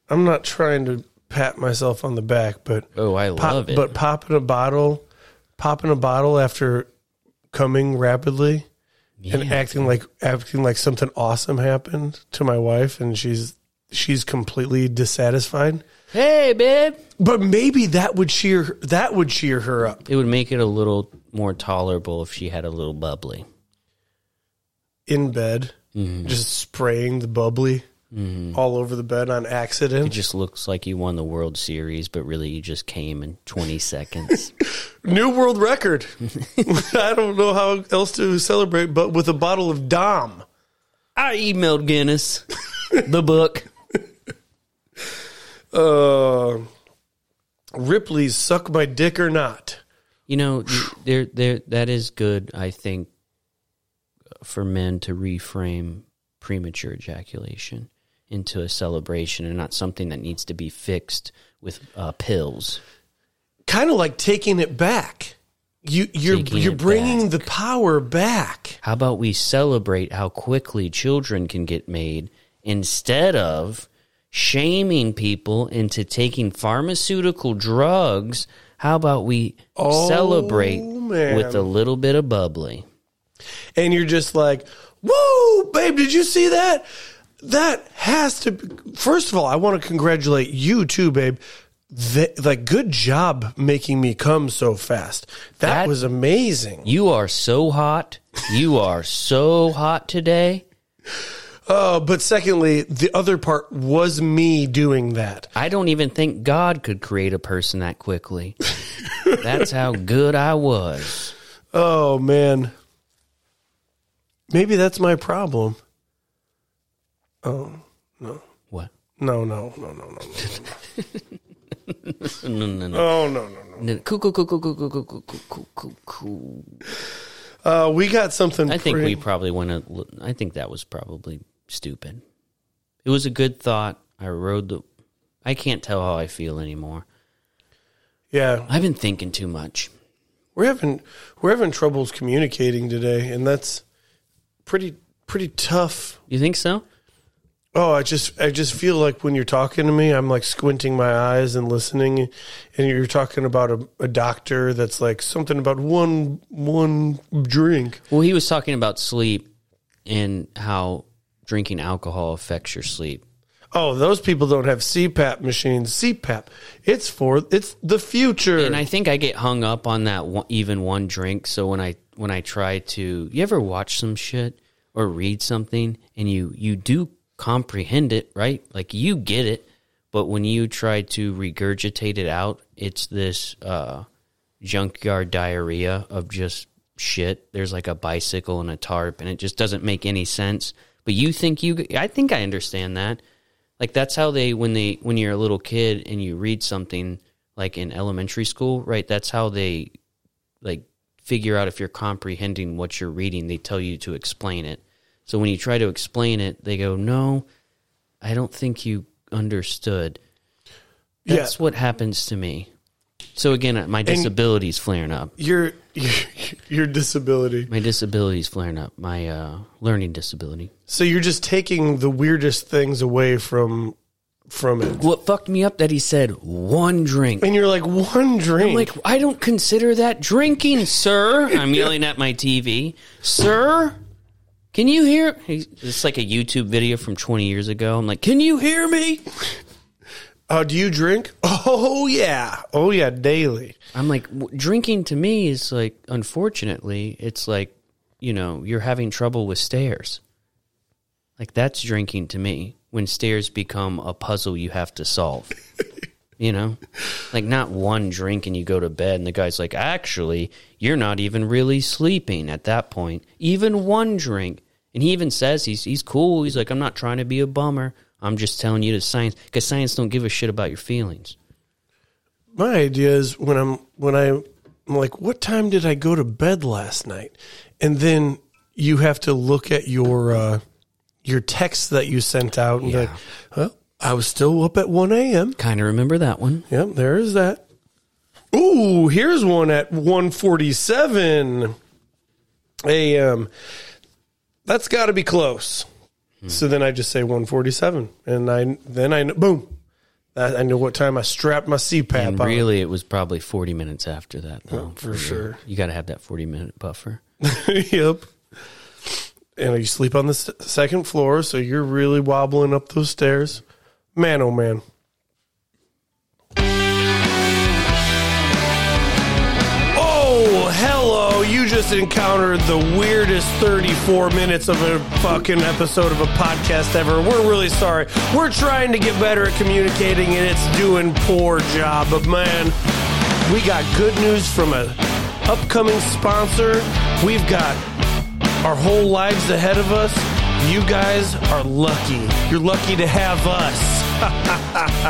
Speaker 2: I'm not trying to pat myself on the back, but
Speaker 1: Oh, I
Speaker 2: pop-
Speaker 1: love it.
Speaker 2: But popping a bottle, popping a bottle after coming rapidly and acting like acting like something awesome happened to my wife, and she's she's completely dissatisfied.
Speaker 1: Hey, babe.
Speaker 2: But maybe that would cheer that would cheer her up.
Speaker 1: It would make it a little more tolerable if she had a little bubbly. Mm-hmm.
Speaker 2: in bed, just spraying the bubbly. all over the bed on accident.
Speaker 1: It just looks like you won the World Series, but really you just came in 20 seconds.
Speaker 2: New world record. I don't know how else to celebrate, but with a bottle of Dom.
Speaker 1: I emailed Guinness the book.
Speaker 2: Uh, Ripley's "Suck My Dick or Not."
Speaker 1: You know, there, there, that is good. I think for men to reframe premature ejaculation into a celebration and not something that needs to be fixed with uh, pills.
Speaker 2: Kind of like taking it back. You you're
Speaker 1: Taking
Speaker 2: you're
Speaker 1: it
Speaker 2: bringing the power back.
Speaker 1: How about we celebrate how quickly children can get made instead of shaming people into taking pharmaceutical drugs? How about we
Speaker 2: Oh,
Speaker 1: celebrate
Speaker 2: man.
Speaker 1: with a little bit of bubbly?
Speaker 2: and you're just like, "Whoa, babe, did you see that? That has to." Be. First of all, I want to congratulate you too, babe. Th- like, good job making me come so fast. That,
Speaker 1: That-
Speaker 2: was amazing.
Speaker 1: You are so hot. You are so hot today.
Speaker 2: Uh, but secondly, the other part was me doing that.
Speaker 1: I don't even think God could create a person that quickly. That's how good I was.
Speaker 2: Oh man, maybe that's my problem.
Speaker 1: What?
Speaker 2: No, no, no, no, no,
Speaker 1: No, no, no.
Speaker 2: no, no, no, no.
Speaker 1: no. Cool, cool, cool, cool, cool, cool, cool, cool, cool, cool, cool.
Speaker 2: Uh, we got something.
Speaker 1: I think
Speaker 2: pretty-
Speaker 1: we probably went to. I think that was probably stupid. It was a good thought. I rode the. I can't tell how I feel anymore.
Speaker 2: Yeah,
Speaker 1: I've been thinking too much.
Speaker 2: we're having we're having troubles communicating today, and that's pretty pretty tough.
Speaker 1: You think so?
Speaker 2: Oh, I just I just feel like when you're talking to me, I'm like squinting my eyes and listening, and you're talking about a, a doctor that's like something about one one drink.
Speaker 1: Well, he was talking about sleep and how drinking alcohol affects your sleep.
Speaker 2: Oh, those people don't have CPAP machines. CPAP, it's for it's the future.
Speaker 1: And I think I get hung up on that one, even one drink. So when I when I try to, you ever watch some shit or read something and you you do comprehend it, right? Like you get it, but when you try to regurgitate it out, it's this uh, junkyard diarrhea of just shit. There's like a bicycle and a tarp, and it just doesn't make any sense. But you think you, I think I understand that like that's how they when they when you're a little kid and you read something like in elementary school right that's how they like figure out if you're comprehending what you're reading they tell you to explain it so when you try to explain it they go no i don't think you understood
Speaker 2: Yeah.
Speaker 1: that's what happens to me so again my disability's flaring up
Speaker 2: your, your your disability.
Speaker 1: my disability's flaring up my uh, learning disability
Speaker 2: So you're just taking the weirdest things away from from it,
Speaker 1: what fucked me up that he said one drink
Speaker 2: and you're like one drink.
Speaker 1: I'm like, I don't consider that drinking, sir. I'm yelling at my TV, sir. Can you hear? It's like a YouTube video from 20 years ago. I'm like, can you hear me?
Speaker 2: Uh, do you drink? Oh yeah, oh yeah, daily.
Speaker 1: I'm like, w- drinking to me is like, unfortunately, it's like, you know, you're having trouble with stairs. Like, that's drinking to me when stairs become a puzzle you have to solve. you know? Like, not one drink and you go to bed, and the guy's like, actually, you're not even really sleeping at that point. Even one drink. And he even says he's, he's cool. He's like, I'm not trying to be a bummer. I'm just telling you the science because science don't give a shit about your feelings.
Speaker 2: My idea is when I'm when I, I'm like, what time did I go to bed last night? And then you have to look at your uh, your text that you sent out and be like, well, I was still up at one a.m.
Speaker 1: Kind of remember that one.
Speaker 2: Yep, there is that. Ooh, here's one at 147 a.m. That's got to be close. So then I just say 147, and I then I kn- boom, I, I know what time I strapped my CPAP
Speaker 1: And
Speaker 2: on.
Speaker 1: really, it was probably 40 minutes after that, though.
Speaker 2: for sure.
Speaker 1: You got to have that 40 minute buffer.
Speaker 2: yep. And you sleep on the s second floor, so you're really wobbling up those stairs. Man, oh man. Oh, hello. You just just encountered the weirdest 34 minutes of a fucking episode of a podcast ever. We're really sorry. We're trying to get better at communicating and it's doing poor job. But man, we got good news from an upcoming sponsor. We've got our whole lives ahead of us. You guys are lucky. You're lucky to have us.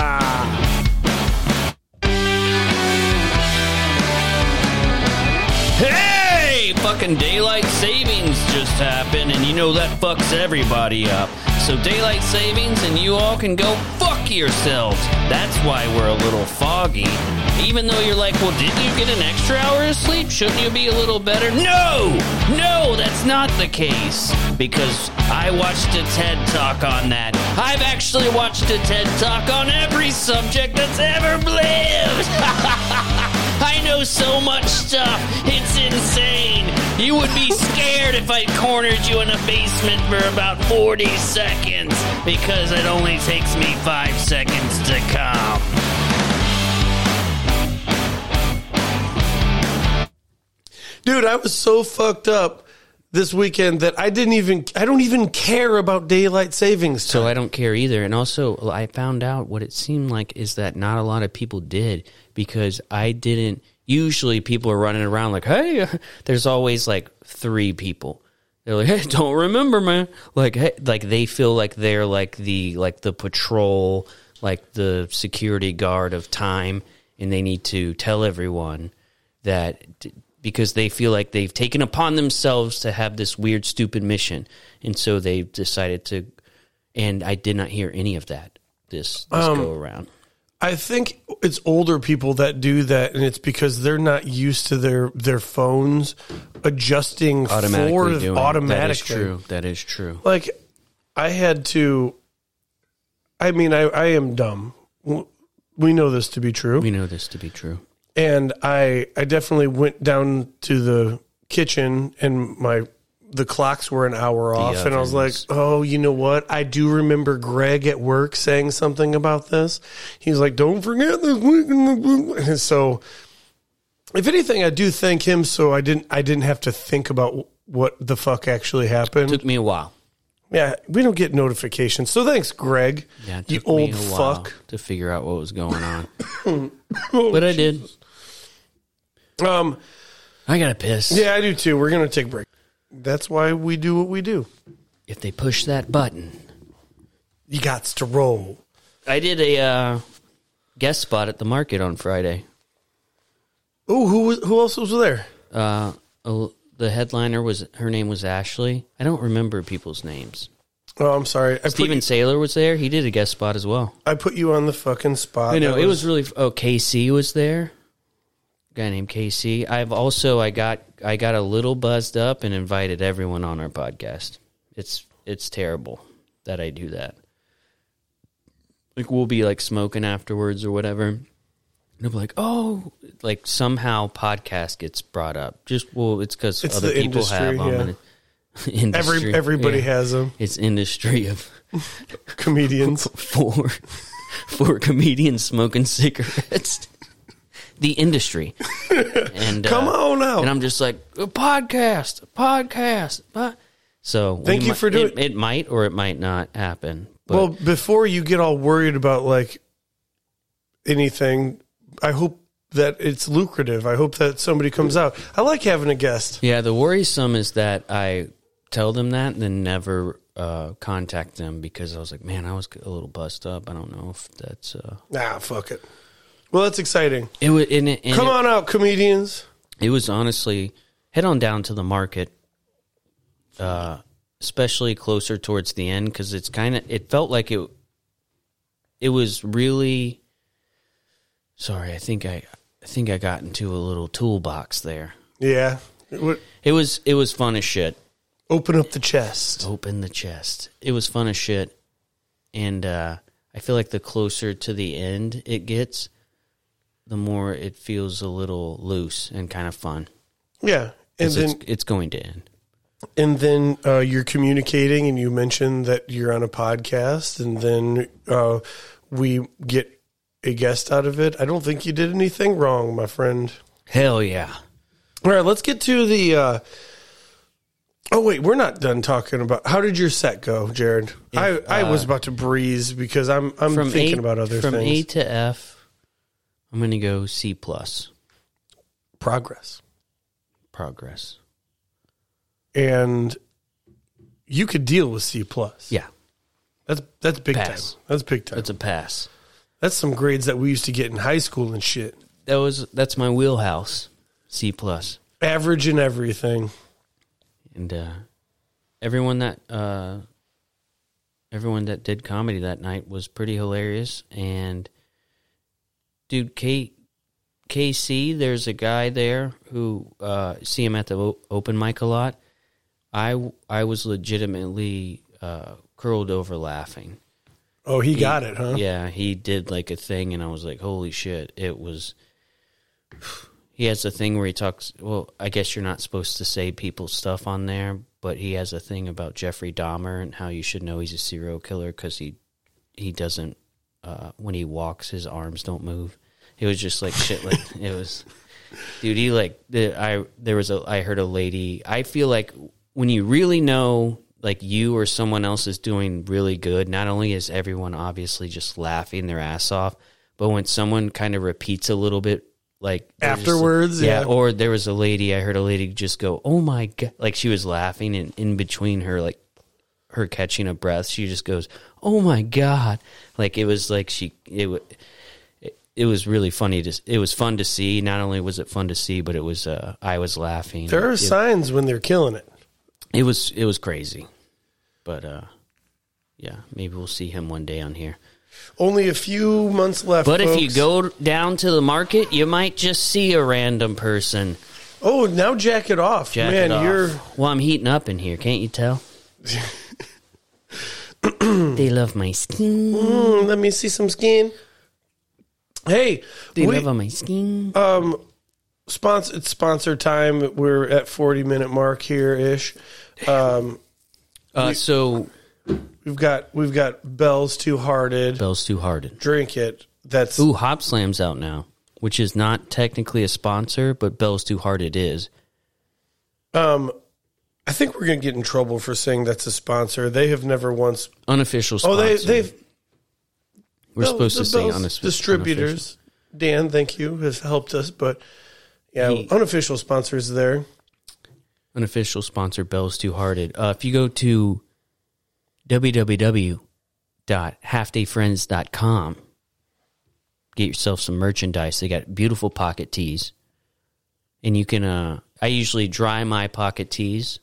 Speaker 1: Hey! Fucking daylight savings just happened, and you know that fucks everybody up. So, daylight savings, and you all can go fuck yourselves. That's why we're a little foggy. Even though you're like, well, didn't you get an extra hour of sleep? Shouldn't you be a little better? No! No, that's not the case. Because I watched a TED talk on that. I've actually watched a TED talk on every subject that's ever lived! I know so much stuff. It's insane. You would be scared if I cornered you in a basement for about 40 seconds because it only takes me five seconds to come.
Speaker 2: Dude, I was so fucked up this weekend that I didn't even I don't even care about daylight savings
Speaker 1: So
Speaker 2: time.
Speaker 1: I don't care either. And also, I found out what it seemed like is that not a lot of people did because I didn't. Usually, people are running around like, "Hey," there's always like three people. They're like, "Hey, don't remember, man." Like, hey, like they feel like they're like the like the patrol, like the security guard of time, and they need to tell everyone that d- because they feel like they've taken upon themselves to have this weird, stupid mission, and so they've decided to. And I did not hear any of that this, this
Speaker 2: Um,
Speaker 1: go around.
Speaker 2: I think it's older people that do that and it's because they're not used to their their phones adjusting for
Speaker 1: Automatically doing
Speaker 2: automatically.
Speaker 1: that is true. That is true.
Speaker 2: Like I had to I mean I I am dumb. W- We know this to be true.
Speaker 1: We know this to be true.
Speaker 2: and I I definitely went down to the kitchen and my the clocks were an hour off and I was like,
Speaker 1: ovens.
Speaker 2: "Oh, you know what? I do remember Greg at work saying something about this. He's like, "Don't forget this week." And so if anything, I do thank him so I didn't I didn't have to think about what the fuck actually happened.
Speaker 1: Took me a while.
Speaker 2: yeah, we don't get notifications. So thanks, Greg.
Speaker 1: Yeah, it
Speaker 2: you
Speaker 1: took me
Speaker 2: old
Speaker 1: a while
Speaker 2: fuck. Oh,
Speaker 1: to figure out what was going on. but I did.
Speaker 2: Um
Speaker 1: I got to piss.
Speaker 2: yeah, I do too. We're going to take a break. That's why we do what we do.
Speaker 1: If they push that button,
Speaker 2: You got to roll.
Speaker 1: I did a uh, guest spot at the market on Friday.
Speaker 2: Oh, who was, who else was there?
Speaker 1: uh, a- the headliner was her name was Ashley. I don't remember people's names.
Speaker 2: Oh, I'm sorry. I
Speaker 1: Steven
Speaker 2: put,
Speaker 1: Saylor was there. He did a guest spot as well.
Speaker 2: I put you on the fucking spot.
Speaker 1: I know
Speaker 2: That
Speaker 1: it was really. f- Oh, KC was there. Guy named KC. I've also I got I got a little buzzed up and invited everyone on our podcast. It's it's terrible that I do that. Like we'll be like smoking afterwards or whatever. And they'll be like, oh, like somehow podcast gets brought up. Just well, it's because
Speaker 2: It's
Speaker 1: other
Speaker 2: the
Speaker 1: people
Speaker 2: industry,
Speaker 1: have them.
Speaker 2: yeah.
Speaker 1: and it- industry,
Speaker 2: every everybody
Speaker 1: yeah.
Speaker 2: has them.
Speaker 1: It's industry of
Speaker 2: Comedians.
Speaker 1: four four comedians smoking cigarettes. The industry. And uh,
Speaker 2: Come on out.
Speaker 1: And I'm just like a podcast, a podcast. But so we
Speaker 2: Thank you
Speaker 1: might-
Speaker 2: for doing-
Speaker 1: it. It might or it might not happen. But
Speaker 2: well, before you get all worried about like anything, I hope that it's lucrative. I hope that somebody comes out. I like having a guest.
Speaker 1: yeah, the worrisome is that I tell them that and then never uh, contact them because I was like, man, I was a little buzzed up. I don't know if that's. Uh,
Speaker 2: Nah, fuck it. Well, that's exciting.
Speaker 1: it was. And it, and
Speaker 2: Come
Speaker 1: it-
Speaker 2: on out, comedians.
Speaker 1: it was honestly head on down to the market uh especially closer towards the end because it's kind of it felt like it it was really sorry i think i i think i got into a little toolbox there
Speaker 2: Yeah. What-
Speaker 1: it was it was fun as shit
Speaker 2: Open up the chest.
Speaker 1: open the chest it was fun as shit and uh i feel like the closer to the end it gets the more it feels a little loose and kind of fun
Speaker 2: Yeah. And
Speaker 1: 'Cause
Speaker 2: then
Speaker 1: it's, it's going to end
Speaker 2: And then uh, you're communicating, and you mentioned that you're on a podcast, and then uh, we get a guest out of it. I don't think you did anything wrong, my friend.
Speaker 1: Hell yeah.
Speaker 2: All right, let's get to the. Uh, oh wait, we're not done talking about. How did your set go, Jared? I, I was about to breeze because I'm I'm
Speaker 1: uh, from
Speaker 2: thinking
Speaker 1: A,
Speaker 2: about other
Speaker 1: from
Speaker 2: things.
Speaker 1: A to F. I'm gonna go C plus
Speaker 2: Progress
Speaker 1: progress.
Speaker 2: and you could deal with C plus.
Speaker 1: Yeah,
Speaker 2: that's that's big
Speaker 1: Pass.
Speaker 2: time. That's big time.
Speaker 1: that's a pass.
Speaker 2: that's some grades that we used to get in high school and shit.
Speaker 1: That was that's my wheelhouse. C plus.
Speaker 2: Average and everything.
Speaker 1: and uh, everyone that uh, everyone that did comedy that night was pretty hilarious. And dude, K KC, there's a guy there who uh, see him at the o- open mic a lot. I w- I was legitimately uh, curled over laughing.
Speaker 2: Oh, he got it, huh?
Speaker 1: Yeah, he did like a thing, and I was like, "Holy shit!" It was. He has a thing where he talks. Well, I guess you're not supposed to say people's stuff on there, but he has a thing about Jeffrey Dahmer and how you should know he's a serial killer because he he doesn't uh, when he walks, his arms don't move. It was just like shit. Like it was, dude. He like the, I there was a I heard a lady. I feel like when you really know like you or someone else is doing really good, not only is everyone obviously just laughing their ass off, but when someone kind of repeats a little bit. Like they're just-
Speaker 2: Afterwards, yeah.
Speaker 1: Or there was a lady I heard a lady just go, "Oh my god!" Like she was laughing, and in between her like her catching a breath, she just goes, "Oh my god!" Like it was like she it wa- it, it was really funny to s- it was fun to see. Not only was it fun to see, but it was uh, I was laughing.
Speaker 2: There are
Speaker 1: it,
Speaker 2: signs when they're killing it.
Speaker 1: it was it was crazy, but uh, yeah, maybe we'll see him one day on here.
Speaker 2: Only a few months left.
Speaker 1: But if you
Speaker 2: folks.
Speaker 1: go down to the market, you might just see a random person.
Speaker 2: oh, now jack it off,
Speaker 1: Jack
Speaker 2: man.
Speaker 1: it off.
Speaker 2: You're
Speaker 1: well. I'm heating up in here. Can't you tell? they love my skin.
Speaker 2: Mm, let me see some skin. Hey,
Speaker 1: They
Speaker 2: we,
Speaker 1: love my skin.
Speaker 2: sponsor, it's sponsor time. We're at 40 minute mark here ish.
Speaker 1: Uh, so
Speaker 2: We've got we've got Bell's Too Hearted.
Speaker 1: Bell's Too Hardened.
Speaker 2: Drink it. That's
Speaker 1: Ooh, Hop Slam's out now, which is not technically a sponsor, but Bell's Too Hard it is.
Speaker 2: um, I think we're gonna get in trouble for saying that's a sponsor. They have never once
Speaker 1: Unofficial
Speaker 2: Oh
Speaker 1: sponsor.
Speaker 2: they they've
Speaker 1: We're supposed
Speaker 2: the
Speaker 1: to say
Speaker 2: Bell's
Speaker 1: unof- unofficial.
Speaker 2: distributors. Dan, thank you, has helped us, but yeah,
Speaker 1: He-
Speaker 2: unofficial sponsors there.
Speaker 1: Unofficial sponsor, Bell's Too Hearted. Uh, if you go to www.halfdayfriends.com, get yourself some merchandise. They got beautiful pocket tees. And you can, uh, I usually dry my pocket tees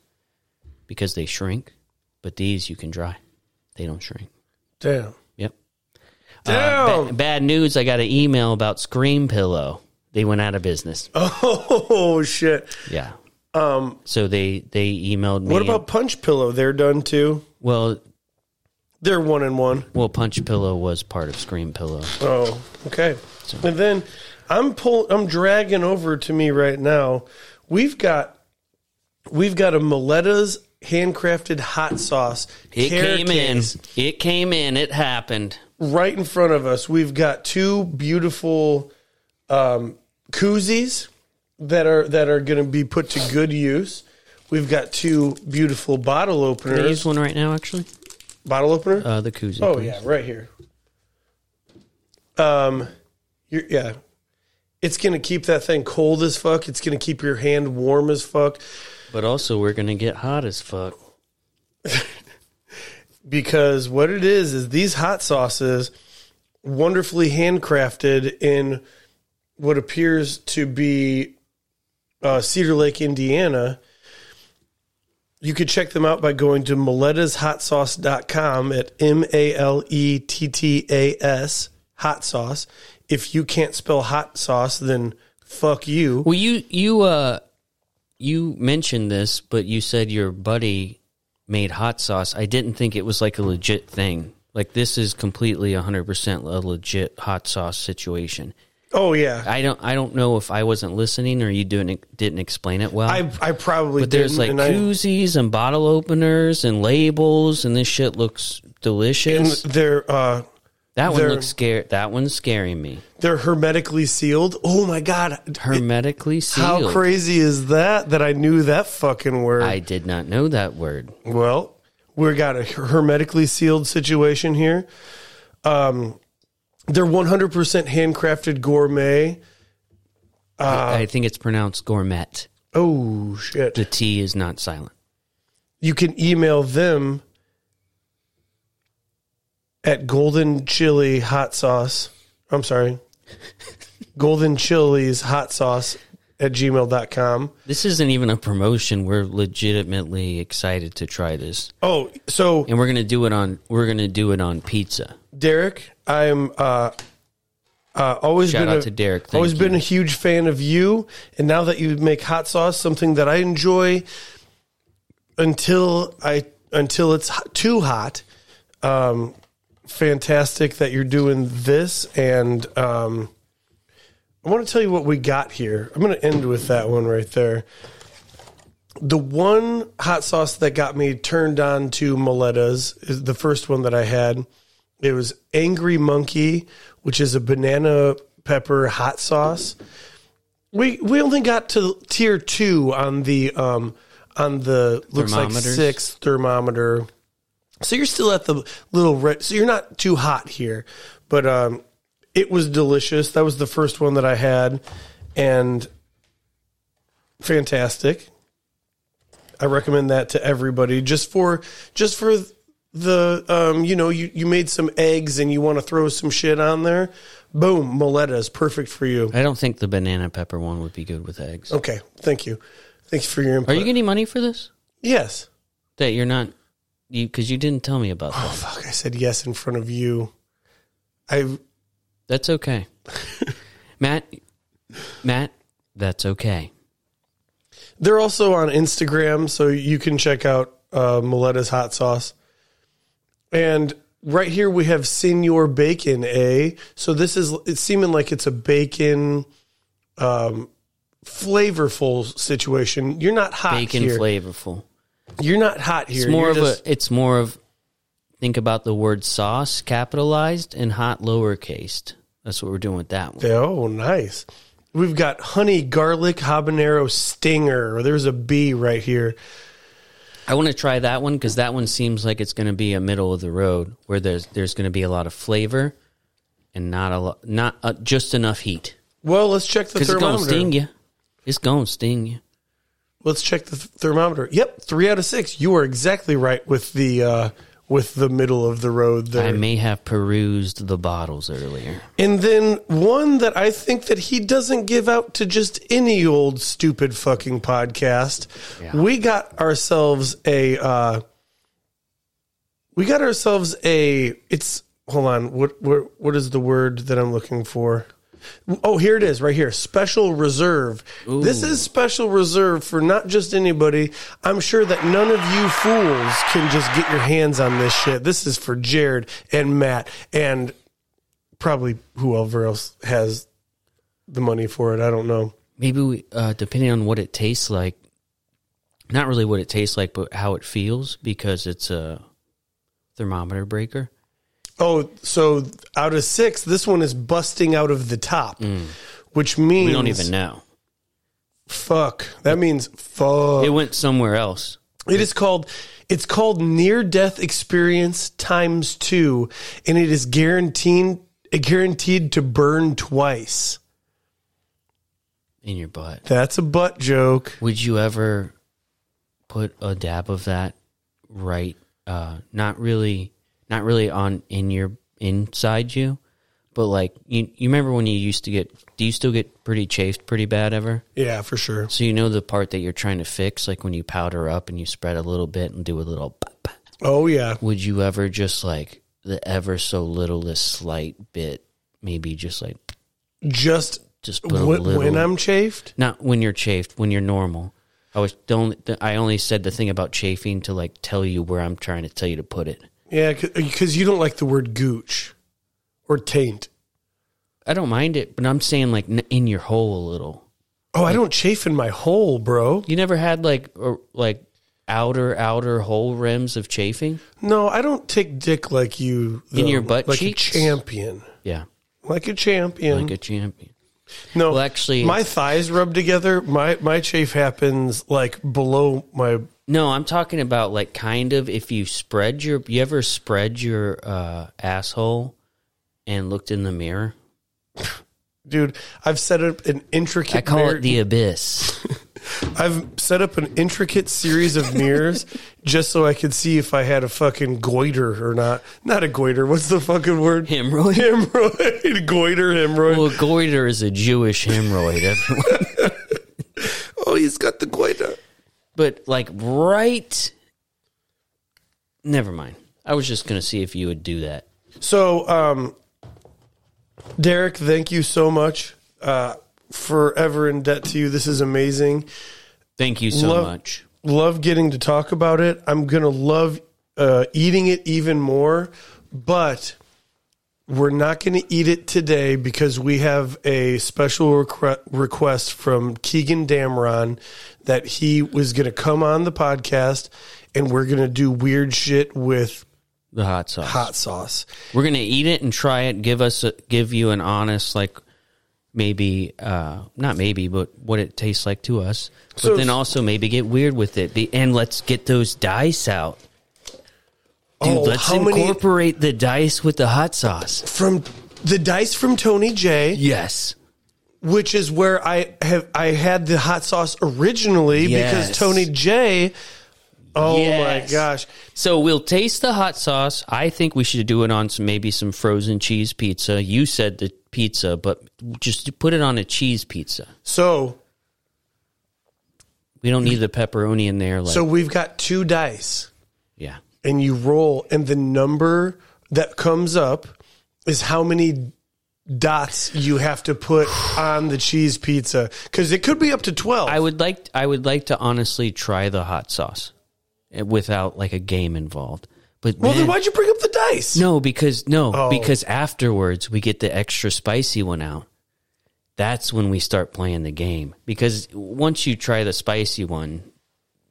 Speaker 1: because they shrink, but these you can dry. They don't shrink. Uh,
Speaker 2: Damn.
Speaker 1: Yep.
Speaker 2: Damn.
Speaker 1: Ba- bad news. I got an email about Scream Pillow. They went out of business.
Speaker 2: oh shit.
Speaker 1: Yeah. Um. So they they emailed me.
Speaker 2: What about Punch Pillow? They're done too.
Speaker 1: well?
Speaker 2: They're one and one.
Speaker 1: Well, Punch Pillow was part of Scream Pillow.
Speaker 2: Oh, okay. And then I'm pull I'm dragging over to me right now. We've got we've got a Miletta's handcrafted hot sauce.
Speaker 1: It
Speaker 2: carrot
Speaker 1: came
Speaker 2: cakes
Speaker 1: in. It came in. It happened.
Speaker 2: right in front of us. We've got two beautiful um, koozies that are that are going to be put to good use. We've got two beautiful bottle
Speaker 1: Can I use
Speaker 2: openers.
Speaker 1: one right now? Actually,
Speaker 2: Bottle opener.
Speaker 1: uh, the koozie.
Speaker 2: Oh
Speaker 1: please.
Speaker 2: yeah, right here. Um, you're, yeah, it's gonna keep that thing cold as fuck. It's gonna keep your hand warm as fuck
Speaker 1: But also, we're gonna get hot as fuck.
Speaker 2: because what it is is these hot sauces, wonderfully handcrafted in what appears to be uh, Cedar Lake, Indiana. You could check them out by going to maletta's.hotsauce.com at M A L E T T A S hot sauce. If you can't spell hot sauce, then fuck you.
Speaker 1: Well, you you uh you mentioned this, but you said your buddy made hot sauce. I didn't think it was like a legit thing. Like this is completely 100% a legit hot sauce situation.
Speaker 2: Oh yeah.
Speaker 1: I don't I don't know if I wasn't listening or you didn't didn't explain it well.
Speaker 2: I I probably
Speaker 1: but there's
Speaker 2: didn't,
Speaker 1: like
Speaker 2: and I-
Speaker 1: koozies and bottle openers and labels and this shit looks
Speaker 2: and
Speaker 1: delicious.
Speaker 2: they're uh
Speaker 1: That one
Speaker 2: They're-
Speaker 1: looks scary. That one's scaring me.
Speaker 2: They're hermetically sealed. Oh my god.
Speaker 1: Hermetically sealed.
Speaker 2: How crazy is that that I knew that fucking word?
Speaker 1: I did not know that word.
Speaker 2: Well, we got a hermetically sealed situation here. Um, they're 100% handcrafted gourmet. Uh,
Speaker 1: I think it's pronounced gourmet.
Speaker 2: Oh shit.
Speaker 1: The T is not silent.
Speaker 2: you can email them at golden chili hot sauce i'm sorry golden chilies hot sauce at gmail.com
Speaker 1: This isn't even a promotion. We're legitimately excited to try this,
Speaker 2: oh so
Speaker 1: and we're gonna do it on. We're gonna do it on pizza.
Speaker 2: derek i'm uh uh, always
Speaker 1: Shout
Speaker 2: been
Speaker 1: out
Speaker 2: a,
Speaker 1: to Derek, thank
Speaker 2: always been
Speaker 1: you.
Speaker 2: a huge fan of you, and now that you make hot sauce, something that I enjoy, until I until it's hot- too hot, um, fantastic that you're doing this. And um, I want to tell you what we got here. I'm going to end with that one right there. The one hot sauce that got me turned on to Miletta's is the first one that I had. It was Angry Monkey, which is a banana pepper hot sauce. We we only got to tier two on the um on the looks like
Speaker 1: Thermometers?
Speaker 2: sixth thermometer. So you're still at the little red. So you're not too hot here, but um, it was delicious. That was the first one that I had, and fantastic. I recommend that to everybody just for just for the um, you know you you made some eggs and you want to throw some shit on there. Boom, Moletta is perfect for you.
Speaker 1: I don't think the banana pepper one would be good with eggs.
Speaker 2: Okay, thank you, thank you for your
Speaker 1: Are
Speaker 2: input.
Speaker 1: you getting money for this?
Speaker 2: yes.
Speaker 1: That you're not you because you didn't tell me about that.
Speaker 2: Oh fuck! I said yes in front of you. I
Speaker 1: That's okay, Matt. Matt, that's okay.
Speaker 2: They're also on Instagram, so you can check out uh, Miletta's Hot Sauce. And right here we have Senior Bacon A. So this is it's seeming like it's a bacon, um, flavorful situation. You're not hot
Speaker 1: Bacon
Speaker 2: Ah, here.
Speaker 1: flavorful.
Speaker 2: You're not hot here.
Speaker 1: It's more
Speaker 2: You're
Speaker 1: of
Speaker 2: just-
Speaker 1: a. It's more of. Think about the word sauce capitalized and hot lowercased. That's what we're doing with that one.
Speaker 2: Oh, nice. We've got honey garlic habanero stinger. There's a B right here.
Speaker 1: I want to try that one because that one seems like it's going to be a middle of the road where there's there's going to be a lot of flavor and not a lot, not uh, just enough heat
Speaker 2: Well, let's check the
Speaker 1: because it's going to
Speaker 2: thermometer.
Speaker 1: sting you. It's going to sting you.
Speaker 2: let's check the th- thermometer. Yep, three out of six. You are exactly right with the uh, with the middle of the road there.
Speaker 1: I may have perused the bottles earlier.
Speaker 2: and then one that I think that he doesn't give out to just any old stupid fucking podcast. We got ourselves a uh, we got ourselves a it's hold on what what what is the word that I'm looking for? Oh, here it is, right here. Special reserve. This is special reserve for not just anybody. I'm sure that none of you fools can just get your hands on this shit. This is for Jared and Matt and probably whoever else has the money for it. I don't know.
Speaker 1: Maybe we, uh, depending on what it tastes like, not really what it tastes like, but how it feels because it's a thermometer breaker.
Speaker 2: Oh, so out of six, this one is busting out of the top, which means
Speaker 1: Mm. We don't even know.
Speaker 2: Fuck. That means fuck.
Speaker 1: It went somewhere else.
Speaker 2: It is called it's called near death experience times 2 and it is guaranteed guaranteed to burn twice.
Speaker 1: in your butt.
Speaker 2: That's a butt joke.
Speaker 1: Would you ever put a dab of that right uh not really not really on in your inside you, but like you you remember when you used to get do you still get pretty chafed pretty bad ever?
Speaker 2: Yeah, for sure.
Speaker 1: So you know the part that you're trying to fix like when you powder up and you spread a little bit and do a little pop, pop.
Speaker 2: Oh yeah.
Speaker 1: would you ever just like the ever so littlest slight bit maybe just like
Speaker 2: Just
Speaker 1: just put a
Speaker 2: when,
Speaker 1: little
Speaker 2: when I'm chafed?
Speaker 1: not when you're chafed when you're normal i was don't i only said the thing about chafing to like tell you where i'm trying to tell you to put it
Speaker 2: Yeah, cuz you don't like the word gooch or taint.
Speaker 1: i don't mind it but i'm saying like n- in your hole a little
Speaker 2: Oh, I don't chafe in my hole, bro.
Speaker 1: you never had like or like outer outer whole rims of chafing?
Speaker 2: No, I don't take dick like you
Speaker 1: In
Speaker 2: though.
Speaker 1: your butt
Speaker 2: like
Speaker 1: cheeks?
Speaker 2: a champion,
Speaker 1: Yeah,
Speaker 2: like a champion.
Speaker 1: like a champion.
Speaker 2: no,
Speaker 1: well, actually-
Speaker 2: my thighs rub together. My my chafe happens like below my.
Speaker 1: No, I'm talking about like kind of if you spread your you ever spread your uh, asshole and looked in the mirror.
Speaker 2: Dude, I've set up an intricate.
Speaker 1: I call
Speaker 2: mirror-
Speaker 1: it the abyss.
Speaker 2: I've set up an intricate series of mirrors just so I could see if I had a fucking goiter or not. Not a goiter. What's the fucking word?
Speaker 1: Hemorrhoid.
Speaker 2: Hemorrhoid. goiter, hemorrhoid.
Speaker 1: Well, goiter is a Jewish hemorrhoid. everyone.
Speaker 2: oh, he's got the goiter.
Speaker 1: but like right. Never mind. I was just gonna see if you would do that.
Speaker 2: So, um, Derek, thank you so much. Uh, forever in debt to you. This is amazing.
Speaker 1: Thank you so
Speaker 2: Love-
Speaker 1: much.
Speaker 2: Love getting to talk about it. I'm going to love uh, eating it even more, but we're not going to eat it today because we have a special requ- request from Keegan Damron that he was going to come on the podcast and we're going to do weird shit with
Speaker 1: The hot sauce.
Speaker 2: hot sauce.
Speaker 1: We're gonna eat it and try it. Give us, a, give you an honest, like maybe, uh, not maybe, but what it tastes like to us. But
Speaker 2: So-
Speaker 1: then also maybe get weird with it. The and let's get those dice out, dude.
Speaker 2: Oh,
Speaker 1: let's
Speaker 2: how many-
Speaker 1: incorporate the dice with the hot sauce.
Speaker 2: From the dice from Tony J.
Speaker 1: Yes,
Speaker 2: which is where I have I had the hot sauce originally
Speaker 1: Yes.
Speaker 2: because Tony J. Oh
Speaker 1: Yes.
Speaker 2: my gosh!
Speaker 1: So we'll taste the hot sauce. I think we should do it on some maybe some frozen cheese pizza. You said the pizza, but just put it on a cheese pizza.
Speaker 2: So
Speaker 1: We don't need the pepperoni in there. Like,
Speaker 2: so we've got two dice,
Speaker 1: yeah,
Speaker 2: and you roll, and the number that comes up is how many dots you have to put on the cheese pizza because it could be up to twelve.
Speaker 1: I would like I would like to honestly try the hot sauce eh, without like a game involved. But
Speaker 2: well, then
Speaker 1: man-
Speaker 2: why'd you bring up the dice?
Speaker 1: no, because no,
Speaker 2: Oh.
Speaker 1: because afterwards we get the extra spicy one out. That's when we start playing the game because once you try the spicy one,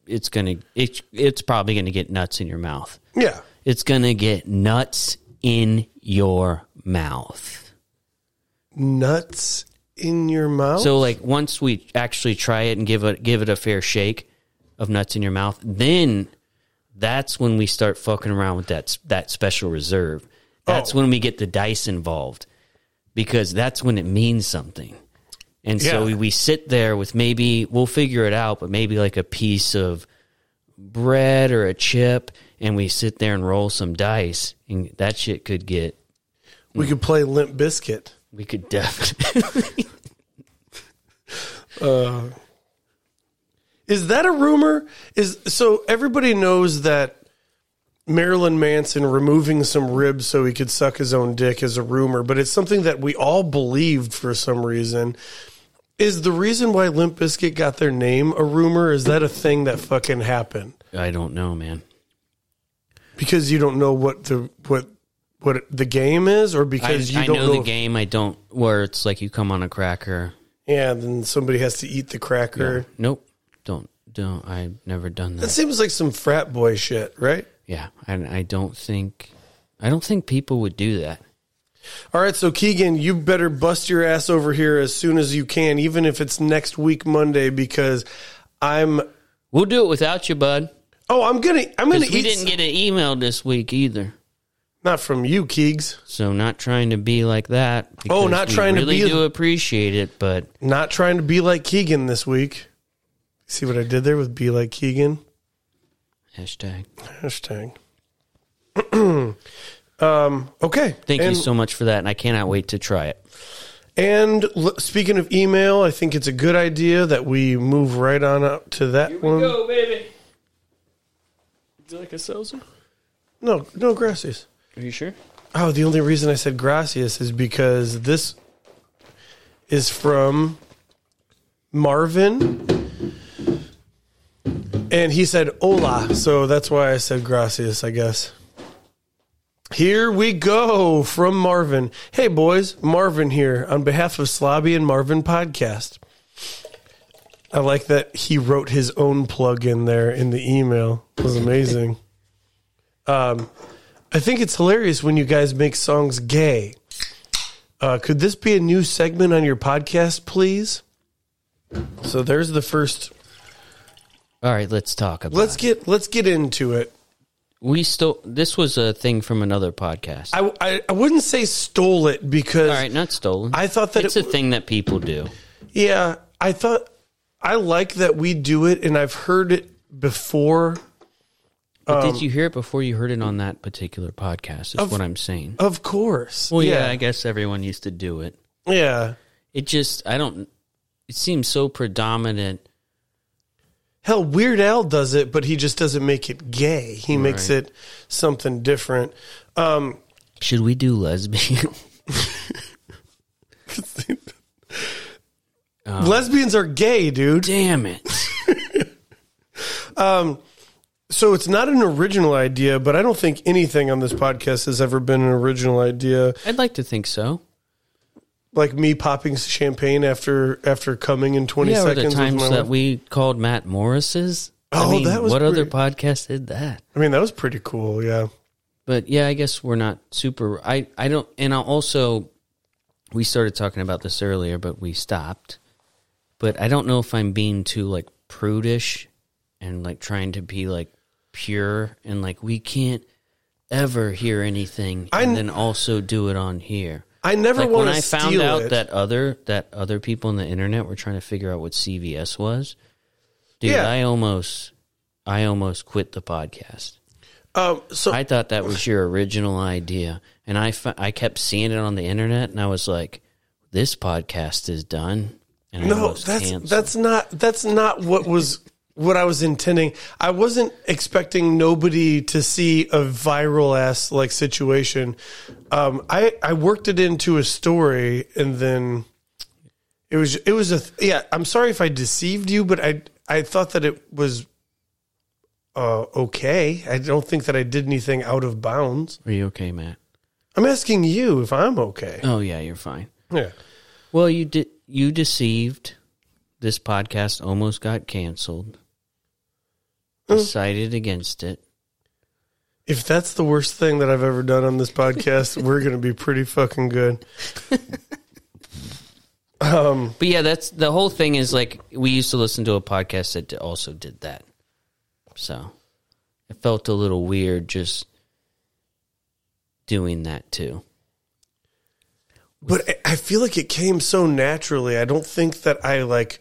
Speaker 1: it's gonna it, it's probably gonna get nuts in your mouth.
Speaker 2: Yeah.
Speaker 1: It's gonna get nuts in your mouth.
Speaker 2: Nuts in your mouth.
Speaker 1: So like once we actually try it and give it give it a fair shake of nuts in your mouth, then that's when we start fucking around with that s- that special reserve. That's
Speaker 2: Oh.
Speaker 1: when we get the dice involved because that's when it means something. And so
Speaker 2: Yeah.
Speaker 1: we, we sit there with maybe we'll figure it out, but maybe like a piece of bread or a chip, and we sit there and roll some dice, and that shit could get
Speaker 2: we could play Limp Biscuit.
Speaker 1: we could definitely
Speaker 2: Is that a rumor? Is so everybody knows that Marilyn Manson removing some ribs so he could suck his own dick is a rumor, but it's something that we all believed for some reason. Is the reason why Limp Bizkit got their name a rumor? Is that a thing that fucking happened?
Speaker 1: I don't know, man.
Speaker 2: Because you don't know what the what what the game is, or
Speaker 1: I,
Speaker 2: because you
Speaker 1: I
Speaker 2: don't
Speaker 1: know,
Speaker 2: know,
Speaker 1: the
Speaker 2: if-
Speaker 1: game. I don't where it's like you come on a cracker.
Speaker 2: Yeah, then somebody has to eat the cracker.
Speaker 1: Nope, don't don't. I've never done
Speaker 2: That
Speaker 1: that.
Speaker 2: seems like some frat boy shit, right?
Speaker 1: Yeah, and I don't think I don't think people would do that.
Speaker 2: All right, so Keegan, you better bust your ass over here as soon as you can, even if it's next week Monday, because I'm.
Speaker 1: We'll do it without you, bud.
Speaker 2: Oh, I'm gonna. I'm gonna
Speaker 1: 'cause
Speaker 2: eat.
Speaker 1: we didn't get an email this week either.
Speaker 2: not from you, Keegs.
Speaker 1: So not trying to be like that. because
Speaker 2: Oh, not
Speaker 1: we
Speaker 2: trying to
Speaker 1: really
Speaker 2: be-
Speaker 1: do appreciate it, but
Speaker 2: Not trying to be like Keegan this week. See what I did there with "be like Keegan"
Speaker 1: hashtag.
Speaker 2: hashtag. um. Okay.
Speaker 1: Thank you
Speaker 2: and,
Speaker 1: so much for that, and I cannot wait to try it.
Speaker 2: And l- speaking of email, I think it's a good idea that we move right on up to that one.
Speaker 1: baby. Would you like a salsa?
Speaker 2: No, no, gracias.
Speaker 1: Are you sure?
Speaker 2: Oh, the only reason I said gracias is because this is from Marvin. And he said hola, so that's why I said gracias, I guess. Here we go from Marvin. Hey boys, Marvin here on behalf of Slobby and Marvin podcast. I like that he wrote his own plug in there in the email. It was amazing. um, I think it's hilarious when you guys make songs gay. Uh, could this be a new segment on your podcast, please? So there's the first.
Speaker 1: All right, let's talk about.
Speaker 2: Let's get let's get into it.
Speaker 1: we still. This was a thing from another podcast.
Speaker 2: I, I, I wouldn't say stole it because
Speaker 1: All right, not stolen.
Speaker 2: I thought that
Speaker 1: it's
Speaker 2: it-
Speaker 1: a thing that people do.
Speaker 2: Yeah, I thought I like that we do it, and I've heard it before.
Speaker 1: But did you hear it before you heard it on that particular podcast? Is what I'm saying.
Speaker 2: Um, Of course.
Speaker 1: Well, yeah, I guess everyone used to do it.
Speaker 2: Yeah.
Speaker 1: It just, I don't. It seems so predominant.
Speaker 2: Hell, Weird Al does it, but he just doesn't make it gay. He makes
Speaker 1: Right.
Speaker 2: it something different. Um,
Speaker 1: Should we do lesbian? Oh.
Speaker 2: lesbians are gay, dude.
Speaker 1: Damn it!
Speaker 2: So it's not an original idea, but I don't think anything on this podcast has ever been an original idea.
Speaker 1: I'd like to think so.
Speaker 2: Like me popping champagne after after coming in twenty
Speaker 1: yeah, or
Speaker 2: seconds.
Speaker 1: the
Speaker 2: with my
Speaker 1: times that
Speaker 2: wife.
Speaker 1: we called Matt Morris's.
Speaker 2: Oh,
Speaker 1: I mean,
Speaker 2: that was
Speaker 1: what other
Speaker 2: pretty-
Speaker 1: podcast did that?
Speaker 2: I mean, that was pretty cool. Yeah.
Speaker 1: But yeah, I guess we're not super. I I don't, and I also we started talking about this earlier, but we stopped. But I don't know if I'm being too like prudish and like trying to be like pure and like we can't ever hear anything
Speaker 2: I-
Speaker 1: and then also do it on here.
Speaker 2: I never
Speaker 1: Like
Speaker 2: want
Speaker 1: when
Speaker 2: to
Speaker 1: I found
Speaker 2: steal
Speaker 1: out
Speaker 2: it.
Speaker 1: that other that other people on the internet were trying to figure out what CVS was, dude,
Speaker 2: Yeah.
Speaker 1: I almost I almost quit the podcast.
Speaker 2: Um, so
Speaker 1: I thought that was your original idea, and I fi- I kept seeing it on the internet, and I was like, "This podcast is done." And I
Speaker 2: No,
Speaker 1: almost
Speaker 2: that's
Speaker 1: canceled.
Speaker 2: that's not that's not what was what I was intending. I wasn't expecting nobody to see a viral ass like situation. Um, I I worked it into a story and then it was it was a th- yeah. I'm sorry if I deceived you, but I I thought that it was uh, okay. I don't think that I did anything out of bounds.
Speaker 1: Are you okay, Matt?
Speaker 2: I'm asking you if I'm okay.
Speaker 1: Oh yeah, you're fine.
Speaker 2: Yeah.
Speaker 1: Well, you did. You deceived. This podcast almost got canceled.
Speaker 2: Oh.
Speaker 1: Decided against it.
Speaker 2: If that's the worst thing that I've ever done on this podcast, we're going to be pretty fucking good.
Speaker 1: But yeah, that's the whole thing is like we used to listen to a podcast that also did that. So it felt a little weird just doing that too.
Speaker 2: But I- I feel like it came so naturally. I don't think that I like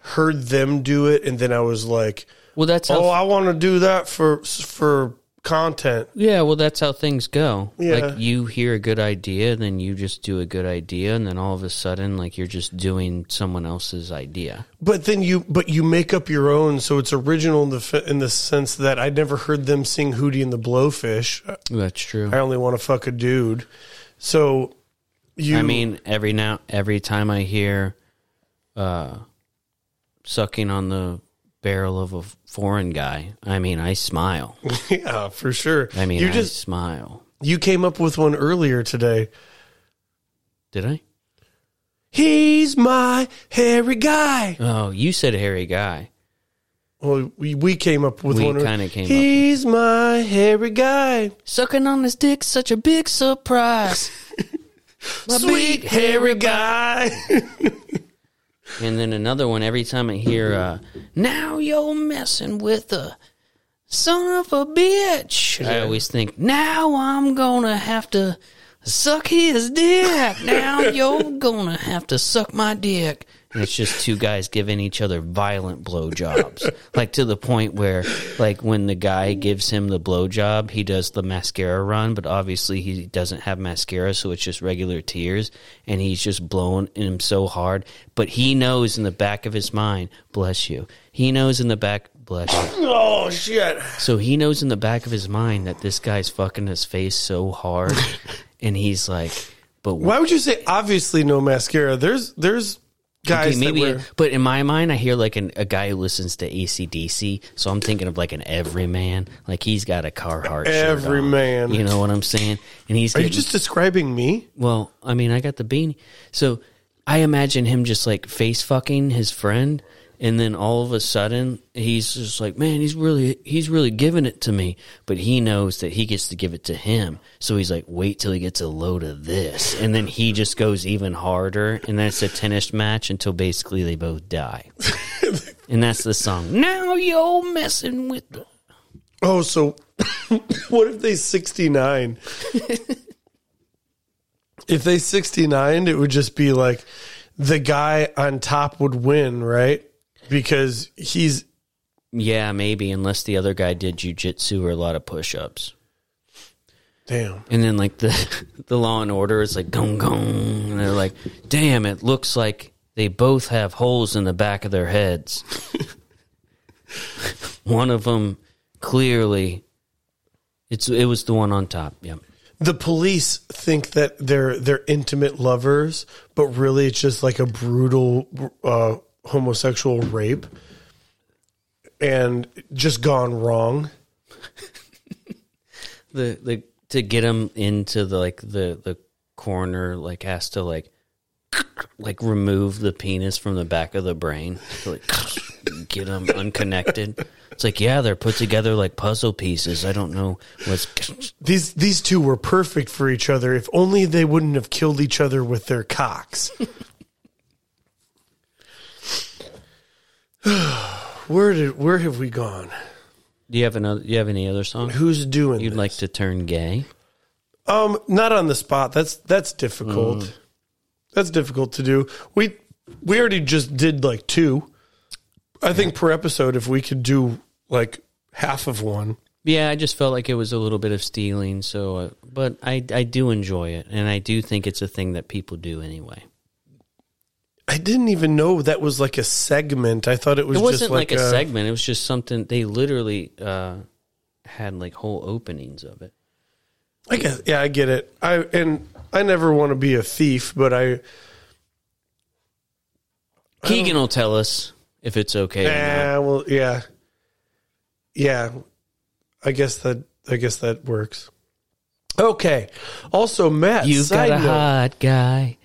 Speaker 2: heard them do it and then I was like,
Speaker 1: Well, that's how
Speaker 2: "Oh, I want to do that for for content."
Speaker 1: Yeah, well, that's how things go.
Speaker 2: Yeah.
Speaker 1: Like you hear a good idea, then you just do a good idea, and then all of a sudden, like you're just doing someone else's idea.
Speaker 2: But then you but you make up your own, so it's original in the f- in the sense that I never heard them sing Hootie and the Blowfish.
Speaker 1: That's true.
Speaker 2: I only want to fuck a dude. So you
Speaker 1: I mean, every now, every time I hear, uh, sucking on the barrel of a foreign guy, I mean, I smile.
Speaker 2: yeah, for sure.
Speaker 1: I mean,
Speaker 2: you
Speaker 1: I
Speaker 2: just
Speaker 1: smile.
Speaker 2: you came up with one earlier today.
Speaker 1: Did I?
Speaker 2: He's my hairy guy.
Speaker 1: Oh, you said hairy guy.
Speaker 2: Well, Oh, we, we came up with
Speaker 1: We
Speaker 2: one.
Speaker 1: kinda came up
Speaker 2: He's my hairy guy.
Speaker 1: Sucking on his dick, such a big surprise. My
Speaker 2: Sweet
Speaker 1: big
Speaker 2: hairy guy.
Speaker 1: And then another one every time I hear, uh, now you're messing with a son of a bitch. I always think, now I'm gonna have to suck his dick. Now you're gonna have to suck my dick. And it's just two guys giving each other violent blowjobs. like to the point where, like, when the guy gives him the blowjob, he does the mascara run, but obviously he doesn't have mascara, so it's just regular tears. And he's just blowing him so hard. But he knows in the back of his mind, bless you. He knows in the back, bless you.
Speaker 2: oh shit.
Speaker 1: So he knows in the back of his mind that this guy's fucking his face so hard, and he's like, "But
Speaker 2: Why would you say obviously no mascara? There's there's guys
Speaker 1: okay, maybe."
Speaker 2: that wear.
Speaker 1: but in my mind, I hear like an, a guy who listens to ACDC, so I'm thinking of like an everyman, like he's got a Carhartt shirt on.
Speaker 2: Everyman.
Speaker 1: You know what I'm saying? And he's
Speaker 2: Are you
Speaker 1: getting-
Speaker 2: just describing me?
Speaker 1: Well, I mean, I got the beanie. So I imagine him just like face fucking his friend And then all of a sudden, he's just like, man, he's really he's really giving it to me. But he knows that he gets to give it to him, so he's like, wait till he gets a load of this, and then he just goes even harder, and then it's a tennis match until basically they both die. and that's the song. Now you're messing with. The-
Speaker 2: Oh, so what if they 69? if they 69, it would just be like the guy on top would win, right? Because he's
Speaker 1: yeah, maybe unless the other guy did jujitsu or a lot of push-ups.
Speaker 2: damn.
Speaker 1: And then like the the Law and Order is like gong gong, and they're like, "Damn, it looks like they both have holes in the back of their heads. one of them clearly, it's it was the one on top. Yeah,
Speaker 2: The police think that they're they're intimate lovers, but really it's just like a brutal uh, homosexual rape and just gone wrong.
Speaker 1: the the to get him into the like the the coroner like has to like like remove the penis from the back of the brain to like get them unconnected. It's like yeah, they're put together like puzzle pieces. I don't know what's
Speaker 2: These these two were perfect for each other. If only they wouldn't have killed each other with their cocks. where did where have we gone?
Speaker 1: Do you have another? Do you have any other song
Speaker 2: Who's doing
Speaker 1: you'd
Speaker 2: this?
Speaker 1: like to turn gay?
Speaker 2: Um, not on the spot. That's that's difficult.
Speaker 1: Mm.
Speaker 2: That's difficult to do. We we already just did like two. I think per episode, if we could do like half of one.
Speaker 1: Yeah, I just felt like it was a little bit of stealing. So, uh, but I I do enjoy it, and I do think it's a thing that people do anyway.
Speaker 2: I didn't even know that was like a segment. I thought it was
Speaker 1: It
Speaker 2: just
Speaker 1: wasn't
Speaker 2: like, uh,
Speaker 1: like, a, segment. It was just something they literally uh, had like whole openings of it.
Speaker 2: I guess yeah, I get it. I and I never want to be a thief, but I
Speaker 1: Keegan will tell us if it's okay. or not.
Speaker 2: eh, well yeah. Yeah. I guess that I guess that works. Okay. Also Matt,
Speaker 1: You've
Speaker 2: side
Speaker 1: got a
Speaker 2: note.
Speaker 1: hot guy.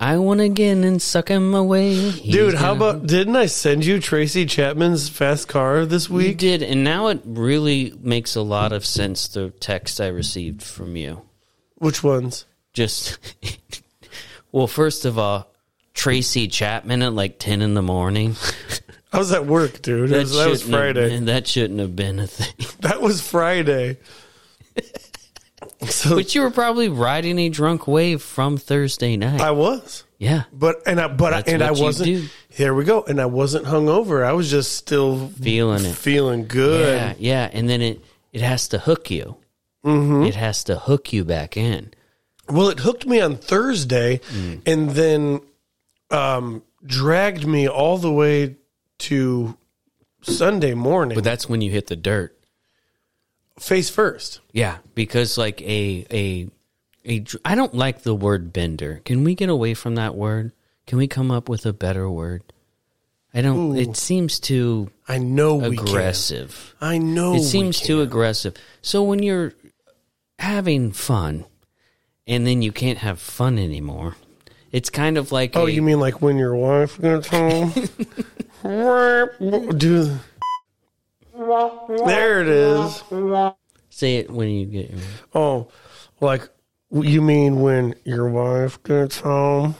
Speaker 1: I want to get in and suck him away. He's
Speaker 2: Dude, how
Speaker 1: gonna-
Speaker 2: about didn't I send you Tracy Chapman's fast car this
Speaker 1: We
Speaker 2: week?
Speaker 1: did, and now it really makes a lot of sense. The text I received from you.
Speaker 2: Which ones?
Speaker 1: just well first of all tracy chapman at like 10 in the morning
Speaker 2: I was at work, dude. That was, that was
Speaker 1: shouldn't have
Speaker 2: Friday.
Speaker 1: been- that shouldn't have been a thing
Speaker 2: That was Friday. So
Speaker 1: but you were probably riding a drunk wave from thursday night
Speaker 2: I was.
Speaker 1: yeah
Speaker 2: But and I but I
Speaker 1: That's
Speaker 2: and I
Speaker 1: what you
Speaker 2: wasn't
Speaker 1: do.
Speaker 2: here we go. And I wasn't hungover. I was just still
Speaker 1: feeling it
Speaker 2: feeling good.
Speaker 1: yeah yeah and then it it has to hook you
Speaker 2: Mm-hmm.
Speaker 1: it has to hook you back in
Speaker 2: Well, it hooked me on Thursday
Speaker 1: Mm.
Speaker 2: and then um dragged me all the way to Sunday morning.
Speaker 1: but that's when you hit the dirt
Speaker 2: face first.
Speaker 1: Yeah, because like a a a dr- I don't like the word bender. Can we get away from that word? Can we come up with a better word? I don't. It seems too
Speaker 2: I know we can.
Speaker 1: aggressive.
Speaker 2: I know
Speaker 1: It seems too aggressive. So when you're having fun, and then you can't have fun anymore, it's kind of like
Speaker 2: Oh,
Speaker 1: a-
Speaker 2: you mean like when your wife gets home? Do there it is.
Speaker 1: say it when you get
Speaker 2: Oh, like you mean when your wife gets home?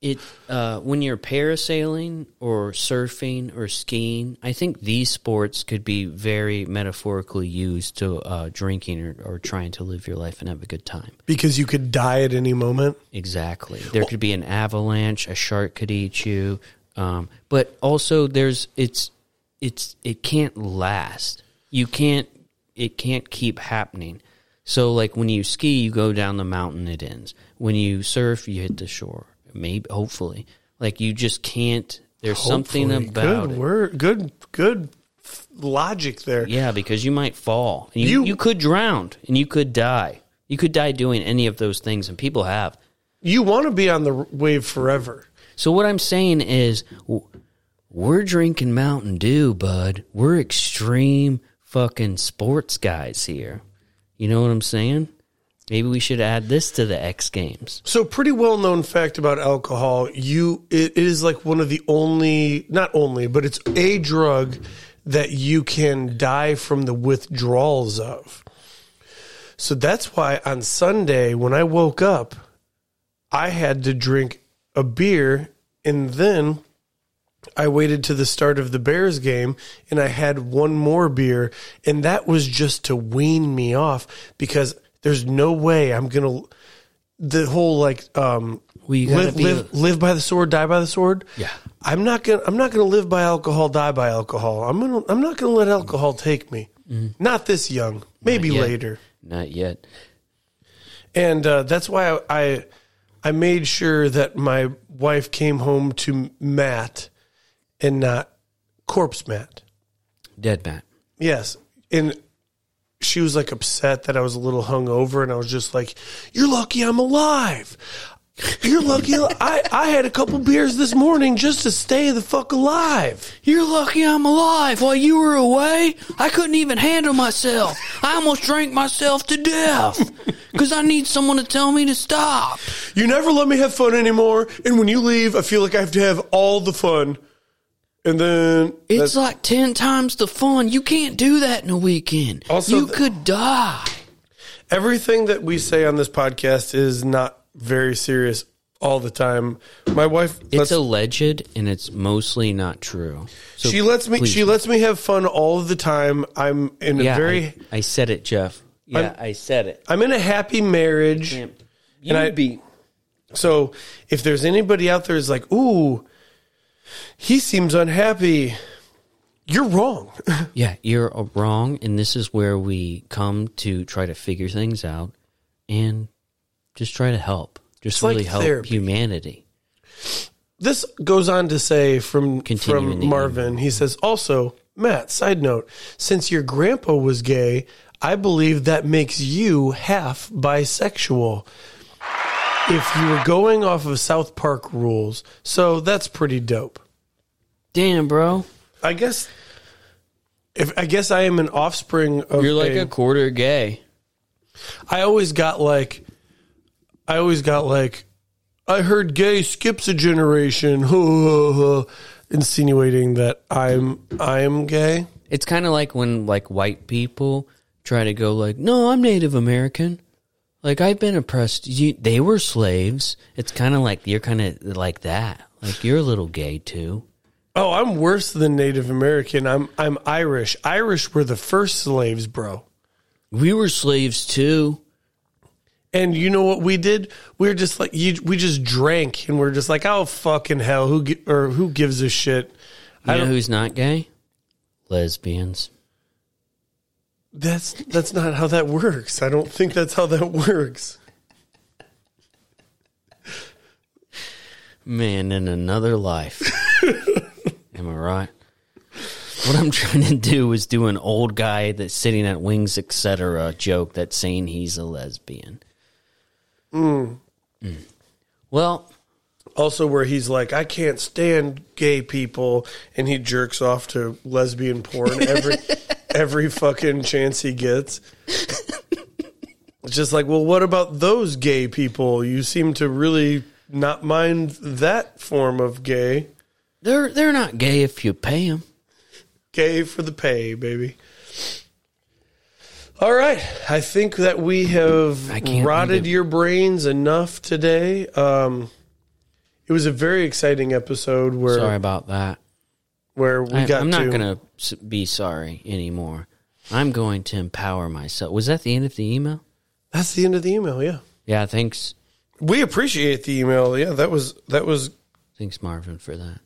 Speaker 1: it uh, when you're parasailing or surfing or skiing i think these sports could be very metaphorically used to uh, drinking or, or trying to live your life and have a good time
Speaker 2: Because you could die at any moment.
Speaker 1: exactly there could be an avalanche a shark could eat you um, but also there's it's it's it can't last you can't it can't keep happening so like when you ski you go down the mountain it ends when you surf you hit the shore maybe hopefully like you just can't there's something
Speaker 2: Hopefully.
Speaker 1: about
Speaker 2: good
Speaker 1: it
Speaker 2: word, good good f- logic there.
Speaker 1: yeah because you might fall and you,
Speaker 2: You-
Speaker 1: you could drown and you could die you could die doing any of those things and people have
Speaker 2: You want to be on the r- wave forever.
Speaker 1: So what I'm saying is, w- we're drinking Mountain Dew, bud. We're extreme fucking sports guys here. You know what I'm saying? Maybe we should add this to the X Games.
Speaker 2: So, pretty well known fact about alcohol, you it is like one of the only, not only, but it's a drug that you can die from the withdrawals of. So that's why on Sunday when I woke up, I had to drink a beer and then I waited to the start of the Bears game and I had one more beer and that was just to wean me off because there's no way I'm going to the whole like um
Speaker 1: Well, you gotta
Speaker 2: live,
Speaker 1: be
Speaker 2: live, live by the sword, die by the sword.
Speaker 1: Yeah.
Speaker 2: I'm not gonna I'm not gonna live by alcohol, die by alcohol. I'm gonna I'm not gonna let alcohol take me.
Speaker 1: Mm-hmm.
Speaker 2: Not this young, maybe
Speaker 1: yet.
Speaker 2: later.
Speaker 1: Not yet.
Speaker 2: And uh, that's why I, I I made sure that my wife came home to Matt and not corpse Matt.
Speaker 1: Dead Matt.
Speaker 2: Yes. And she was like upset that I was a little hungover, and I was just like, "You're lucky I'm alive. You're lucky. I I had a couple beers this morning just to stay the fuck alive."
Speaker 1: You're lucky I'm alive. While you were away, I couldn't even handle myself. I almost drank myself to death because I need someone to tell me to stop.
Speaker 2: You never let me have fun anymore, and when you leave, I feel like I have to have all the fun. And then
Speaker 1: It's like 10 times the fun. You can't do that in a weekend.
Speaker 2: Also
Speaker 1: you
Speaker 2: the-
Speaker 1: could die.
Speaker 2: everything that we say on this podcast is not very serious all the time. My wife
Speaker 1: It's
Speaker 2: lets,
Speaker 1: alleged and it's mostly not true. So
Speaker 2: she lets me
Speaker 1: please-
Speaker 2: she lets me have fun all the time. I'm in a
Speaker 1: yeah,
Speaker 2: very
Speaker 1: I, I said it, Jeff. Yeah, i said it.
Speaker 2: I'm in a happy marriage.
Speaker 1: You'd
Speaker 2: I-
Speaker 1: be
Speaker 2: So if there's anybody out there who's like, ooh, he seems unhappy, you're wrong.
Speaker 1: Yeah, you're uh, wrong, and this is where we come to try to figure things out and just try to help. Just
Speaker 2: like
Speaker 1: really help
Speaker 2: therapy.
Speaker 1: humanity.
Speaker 2: this goes on to say from
Speaker 1: Continue in the
Speaker 2: from Marvin. He says also, Matt. Side note: since your grandpa was gay, I believe that makes you half bisexual. If you were going off of South Park rules, so that's pretty dope.
Speaker 1: Damn, bro,
Speaker 2: I guess. If I guess I am an offspring of
Speaker 1: you're like
Speaker 2: a-
Speaker 1: a quarter gay.
Speaker 2: I always got like, I always got like, I heard gay skips a generation, insinuating that I'm I'm gay.
Speaker 1: It's kind of like when like white people try to go like, "No, I'm Native American." Like I've been oppressed. You, they were slaves. It's kind of like you're kind of like that. Like you're a little gay too.
Speaker 2: Oh, I'm worse than Native American. I'm I'm Irish. Irish were the first slaves, bro.
Speaker 1: We were slaves too.
Speaker 2: And you know what we did? We were just like you, we just drank, and we are just like, oh fucking hell, who gi- or who gives a shit?
Speaker 1: You
Speaker 2: I
Speaker 1: know
Speaker 2: don't-
Speaker 1: who's not gay? Lesbians.
Speaker 2: That's that's not how that works. I don't think that's how that works.
Speaker 1: Man, in another life. Am I right? What I'm trying to do is do an old guy that's sitting at wings, etc. joke that's saying he's a lesbian. Mm. Well,
Speaker 2: also where he's like, I can't stand gay people, and he jerks off to lesbian porn every every fucking chance he gets. It's just like, well, what about those gay people? You seem to really not mind that form of gay.
Speaker 1: they're they're not gay if you pay them.
Speaker 2: Gay for the pay, baby. All right, I think that we have
Speaker 1: I can't
Speaker 2: rotted
Speaker 1: even-
Speaker 2: your brains enough today. Um, it was a very exciting episode where
Speaker 1: Sorry about that.
Speaker 2: where we
Speaker 1: I,
Speaker 2: got
Speaker 1: I'm not
Speaker 2: to.
Speaker 1: going to s- be sorry anymore. I'm going to empower myself. Was that the end of the email?
Speaker 2: That's the end of the email. Yeah,
Speaker 1: Yeah, thanks,
Speaker 2: we appreciate the email. Yeah, that was that was
Speaker 1: thanks Marvin for that.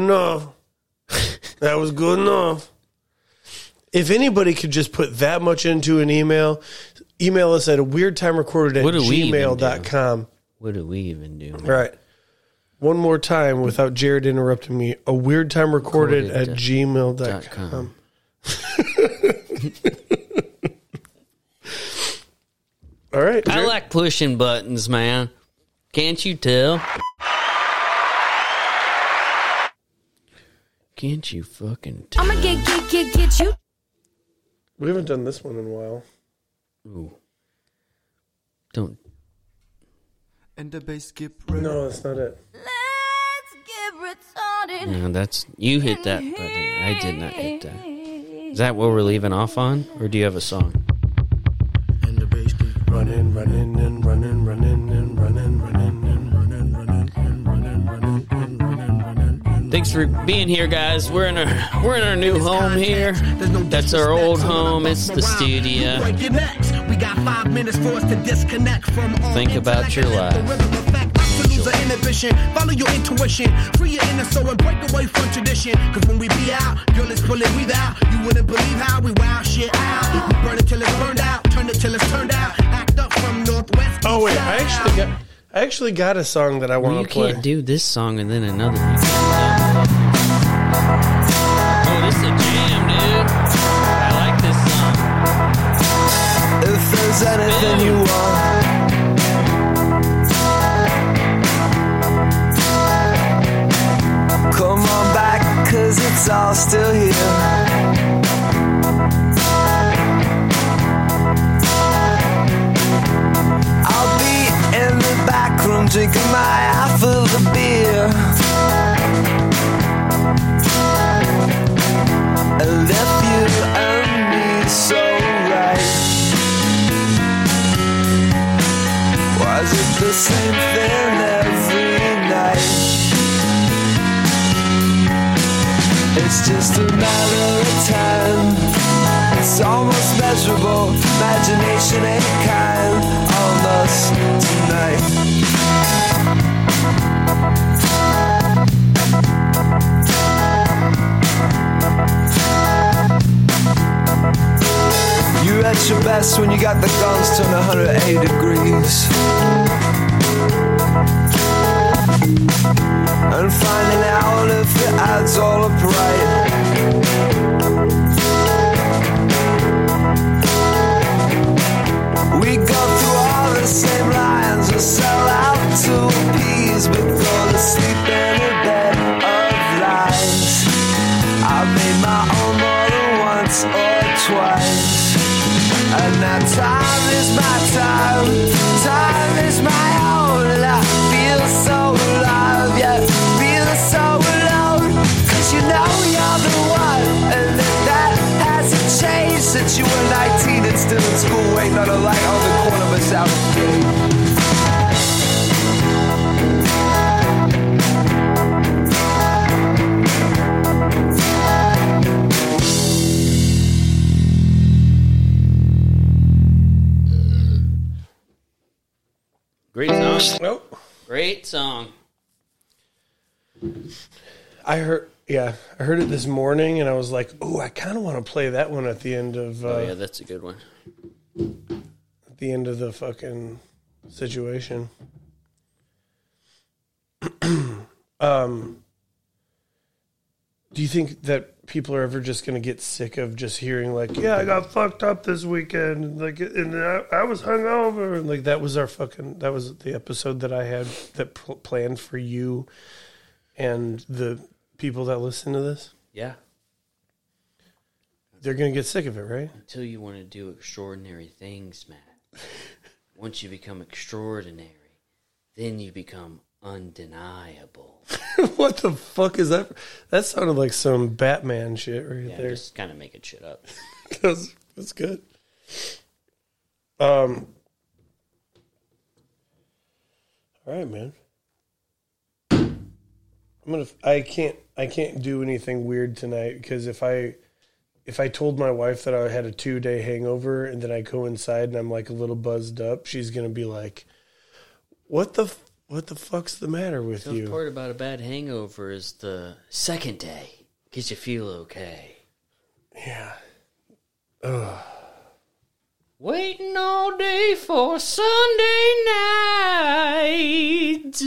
Speaker 2: enough. that was good enough. If anybody could just put that much into an email, email us at a weird time recorded at
Speaker 1: What do we even
Speaker 2: gmail.com.
Speaker 1: What do we even do? man?
Speaker 2: All right. One more time without Jared interrupting me. A weird time recorded,
Speaker 1: Recorded dot-
Speaker 2: at gmail.com.
Speaker 1: Dot
Speaker 2: Um,
Speaker 1: com.
Speaker 2: All right.
Speaker 1: I
Speaker 2: Jared.
Speaker 1: like pushing buttons, man. Can't you tell? Can't you fucking tell?
Speaker 5: I'ma get, get, get, get you.
Speaker 2: we haven't done this one in a while.
Speaker 1: Don't.
Speaker 5: and the bass skip right.
Speaker 2: No, that's not it.
Speaker 6: Let's get retarded.
Speaker 1: No, that's you hit that button. I did not hit that. Is that what we're leaving off on, or do you have a song?
Speaker 5: And the bass keep
Speaker 2: Running, running, and running, running, and running, running, and running, running, and running, running, and running, running, and
Speaker 1: Thanks for being here, guys. We're in our we're in our new home here. That's our old home. It's the studio.
Speaker 3: We got five minutes for us to disconnect from all
Speaker 1: Think about your
Speaker 3: intellect and let the rhythm affect us to lose our inhibition. Follow your intuition, free your inner soul and break away from tradition. Cause when we be out, girl, it's pulling we out. You wouldn't believe how we wow shit out. We burn it till it's burned out, turn it till it's turned out. Act up from northwest.
Speaker 2: Oh wait, I
Speaker 3: east
Speaker 2: actually
Speaker 3: side.
Speaker 2: got I actually got a song that I
Speaker 1: Well,
Speaker 2: want
Speaker 1: you
Speaker 2: to play.
Speaker 1: can't do this song and then another. one. Oh, this is a jam, dude. I like this song.
Speaker 7: If there's anything you want, come on back, cause it's all still here. I'll be in the back room drinking my half of the beer. And left you and me so right. Was it the same thing every night? It's just a matter of time. It's almost measurable. Imagination ain't kind on us tonight. You're at your best when you got the guns turned 180 degrees. and finding out if your ads all up right. We go through all the same lines, we sell out to appease, but go to sleep in a bed of lies. I've made my own more than once or twice. And now time is my time, time is my own, and I feel so alive, yeah, feel so alone. Cause you know you're the one, and that, that hasn't changed since you were 19 and still in school, waiting on a light on the corner of a South Gate.
Speaker 1: Great song.
Speaker 2: Nope.
Speaker 1: Great song.
Speaker 2: I heard. Yeah, I heard it this morning, and I was like, "Oh, I kind of want to play that one at the end of uh,
Speaker 1: Oh yeah, that's a good one.
Speaker 2: at the end of the fucking situation." um, do you think that people are ever just going to get sick of just hearing like, "Yeah, I got fucked up this weekend," and like, and I, I was hungover, and like that was our fucking that was the episode that I had that pl- planned for you and the people that listen to this.
Speaker 1: Yeah.
Speaker 2: They're gonna get sick of it, right?
Speaker 1: Until you want to do extraordinary things, Matt. Once you become extraordinary, then you become undeniable.
Speaker 2: what the fuck is that? That sounded like some Batman shit right
Speaker 1: Yeah,
Speaker 2: there.
Speaker 1: just kind of making shit up.
Speaker 2: that's, that's good. Um. All right, man. I'm gonna. I can't. I can't do anything weird tonight because if I, if I told my wife that I had a two day hangover and then I go inside and I'm like a little buzzed up, she's gonna be like, "What the f- what the fuck's the matter with
Speaker 1: The
Speaker 2: you?"
Speaker 1: part about a bad hangover is the second day. Because you feel okay.
Speaker 2: Yeah.
Speaker 1: Waiting all day for Sunday night.